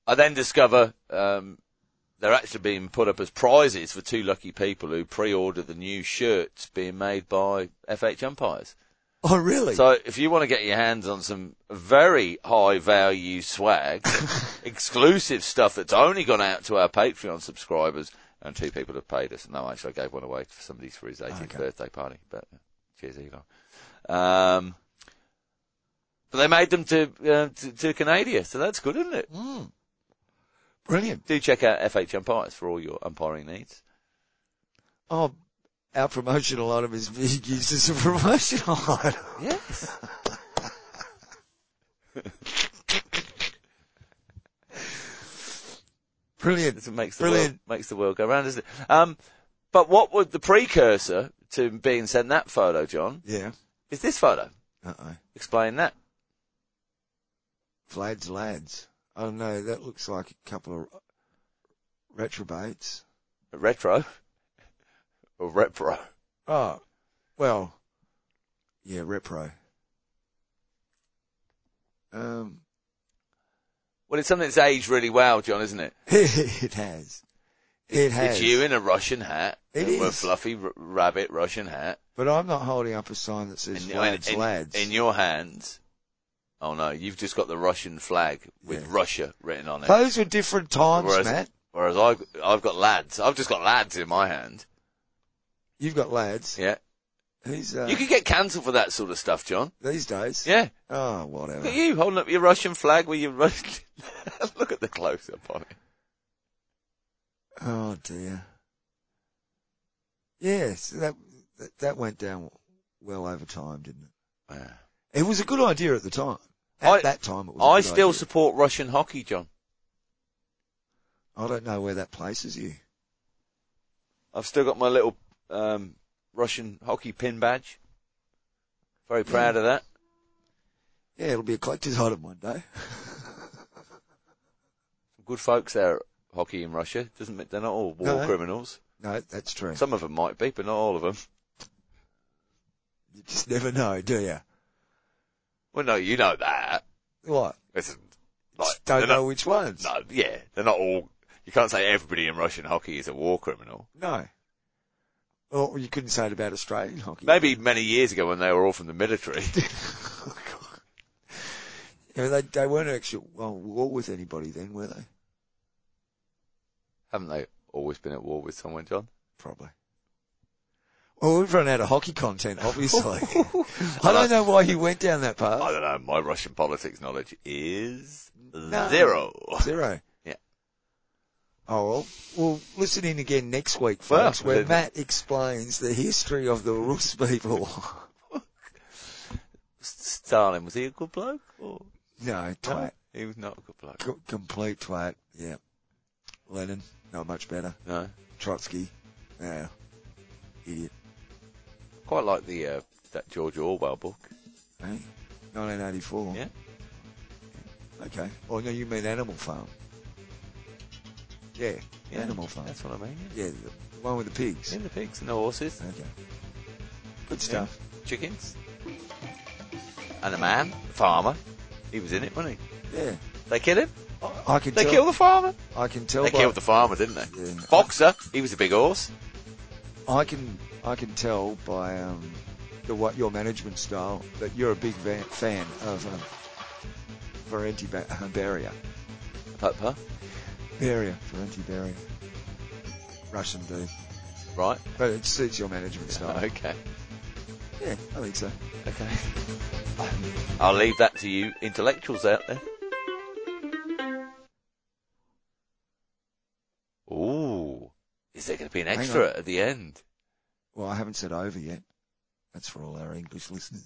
[SPEAKER 2] I then discover um, they're actually being put up as prizes for two lucky people who pre-order the new shirts being made by FH umpires.
[SPEAKER 1] Oh, really?
[SPEAKER 2] So if you want to get your hands on some very high value swag, exclusive stuff that's only gone out to our Patreon subscribers, and two people have paid us. No, actually, I gave one away to somebody for his 18th
[SPEAKER 1] Okay.
[SPEAKER 2] birthday party. But uh, cheers, Elon. Um, but they made them to, uh, to to Canada, so that's good, isn't it?
[SPEAKER 1] Mm. Brilliant.
[SPEAKER 2] Do check out FH Umpires for all your umpiring needs.
[SPEAKER 1] Oh, our promotional item is being used as a promotional item.
[SPEAKER 2] Yes.
[SPEAKER 1] Brilliant.
[SPEAKER 2] That's what makes the
[SPEAKER 1] Brilliant.
[SPEAKER 2] world makes the world go round, isn't it? Um, but what would the precursor to being sent that photo, John,
[SPEAKER 1] Yeah.
[SPEAKER 2] is this photo.
[SPEAKER 1] Uh oh.
[SPEAKER 2] Explain that.
[SPEAKER 1] Vlad's lads. Oh no, that looks like a couple of retrobates.
[SPEAKER 2] Retro or repro?
[SPEAKER 1] Oh, well, yeah, repro. Um,
[SPEAKER 2] Well, it's something that's aged really well, John, isn't it?
[SPEAKER 1] it has. It has.
[SPEAKER 2] It's you in a Russian hat,
[SPEAKER 1] It
[SPEAKER 2] and a
[SPEAKER 1] is.
[SPEAKER 2] fluffy r- rabbit Russian hat,
[SPEAKER 1] But I'm not holding up a sign that says
[SPEAKER 2] and, uh,
[SPEAKER 1] Vlad's
[SPEAKER 2] and-
[SPEAKER 1] lads.
[SPEAKER 2] in your hands. Oh no, you've just got the Russian flag with
[SPEAKER 1] Yeah.
[SPEAKER 2] Russia written on it.
[SPEAKER 1] Those were different times,
[SPEAKER 2] Whereas-
[SPEAKER 1] Matt.
[SPEAKER 2] Whereas I've I've got lads. I've just got lads in my hand.
[SPEAKER 1] You've got lads.
[SPEAKER 2] Yeah,
[SPEAKER 1] Who's, uh,
[SPEAKER 2] you could get cancelled for that sort of stuff, John.
[SPEAKER 1] these days?
[SPEAKER 2] Yeah,
[SPEAKER 1] Oh, whatever.
[SPEAKER 2] look at you holding up your Russian flag with your Russian. look at the close up on it.
[SPEAKER 1] Oh dear. Yes, that that, that went down well over time, didn't
[SPEAKER 2] Yeah.
[SPEAKER 1] it? It was a good idea at the time. At
[SPEAKER 2] I-
[SPEAKER 1] that time, it was. a
[SPEAKER 2] I
[SPEAKER 1] good
[SPEAKER 2] still
[SPEAKER 1] idea.
[SPEAKER 2] support Russian hockey, John.
[SPEAKER 1] I don't know where that places you.
[SPEAKER 2] I've still got my little um, Russian hockey pin badge. Very proud of that.
[SPEAKER 1] Yeah, it'll be a collector's item one day.
[SPEAKER 2] Good folks there at hockey in Russia. Doesn't mean they're not all war
[SPEAKER 1] No.
[SPEAKER 2] criminals.
[SPEAKER 1] No, that's true.
[SPEAKER 2] Some of them might be, but not all of them.
[SPEAKER 1] you just never know, do you?
[SPEAKER 2] Well, no, you know that.
[SPEAKER 1] What?
[SPEAKER 2] It's, like,
[SPEAKER 1] Just don't
[SPEAKER 2] they're
[SPEAKER 1] know
[SPEAKER 2] not-
[SPEAKER 1] which ones.
[SPEAKER 2] No, yeah, they're not all. You can't say everybody in Russian hockey is a war criminal.
[SPEAKER 1] No. Well, you couldn't say it about Australian hockey.
[SPEAKER 2] Maybe many years ago when they were all from the military.
[SPEAKER 1] Oh, God. Yeah, they, they weren't actually on war with anybody then, were they?
[SPEAKER 2] Haven't they always been at war with someone, John?
[SPEAKER 1] Probably. Well, we've run out of hockey content, obviously. I don't know why you went down that
[SPEAKER 2] I
[SPEAKER 1] path.
[SPEAKER 2] don't know. My Russian politics knowledge is
[SPEAKER 1] No.
[SPEAKER 2] zero.
[SPEAKER 1] Zero.
[SPEAKER 2] Yeah.
[SPEAKER 1] Oh, well, well, listen in again next week,
[SPEAKER 2] Well,
[SPEAKER 1] folks, where
[SPEAKER 2] then-
[SPEAKER 1] Matt explains the history of the Rus people.
[SPEAKER 2] Stalin was he a good bloke? Or?
[SPEAKER 1] no, twat.
[SPEAKER 2] No, he was not a good bloke.
[SPEAKER 1] Co- complete twat. Yeah. Lenin, not much better.
[SPEAKER 2] No,
[SPEAKER 1] Trotsky, yeah. Idiot.
[SPEAKER 2] quite like the uh, that George Orwell book.
[SPEAKER 1] Hey? 1984.
[SPEAKER 2] Yeah.
[SPEAKER 1] Okay. Oh, no, you mean Animal Farm. Yeah,
[SPEAKER 2] Yeah,
[SPEAKER 1] Animal Farm.
[SPEAKER 2] That's what I mean. Yeah.
[SPEAKER 1] Yeah, the one with the pigs.
[SPEAKER 2] In the pigs and the horses,
[SPEAKER 1] Okay. Good stuff.
[SPEAKER 2] chickens, and the man, the farmer. He was in it, wasn't he?
[SPEAKER 1] Yeah.
[SPEAKER 2] They kill him.
[SPEAKER 1] I can
[SPEAKER 2] They
[SPEAKER 1] tell.
[SPEAKER 2] kill the farmer.
[SPEAKER 1] I can tell.
[SPEAKER 2] They
[SPEAKER 1] by,
[SPEAKER 2] killed the farmer, didn't they?
[SPEAKER 1] Yeah.
[SPEAKER 2] Boxer, he was a big horse.
[SPEAKER 1] I can. I can tell by um, the what your management style that you're a big va- fan of um, Varenti ba- uh, Beria.
[SPEAKER 2] Pup, huh?
[SPEAKER 1] Beria. Varenti Beria. Russian dude.
[SPEAKER 2] Right.
[SPEAKER 1] But it suits your management style.
[SPEAKER 2] Okay.
[SPEAKER 1] Yeah, I think so.
[SPEAKER 2] Okay. I'll leave that to you intellectuals out there. Ooh. Is there going to be an
[SPEAKER 1] Hang
[SPEAKER 2] extra at the end?
[SPEAKER 1] Well, I haven't said over yet. That's for all our English listeners.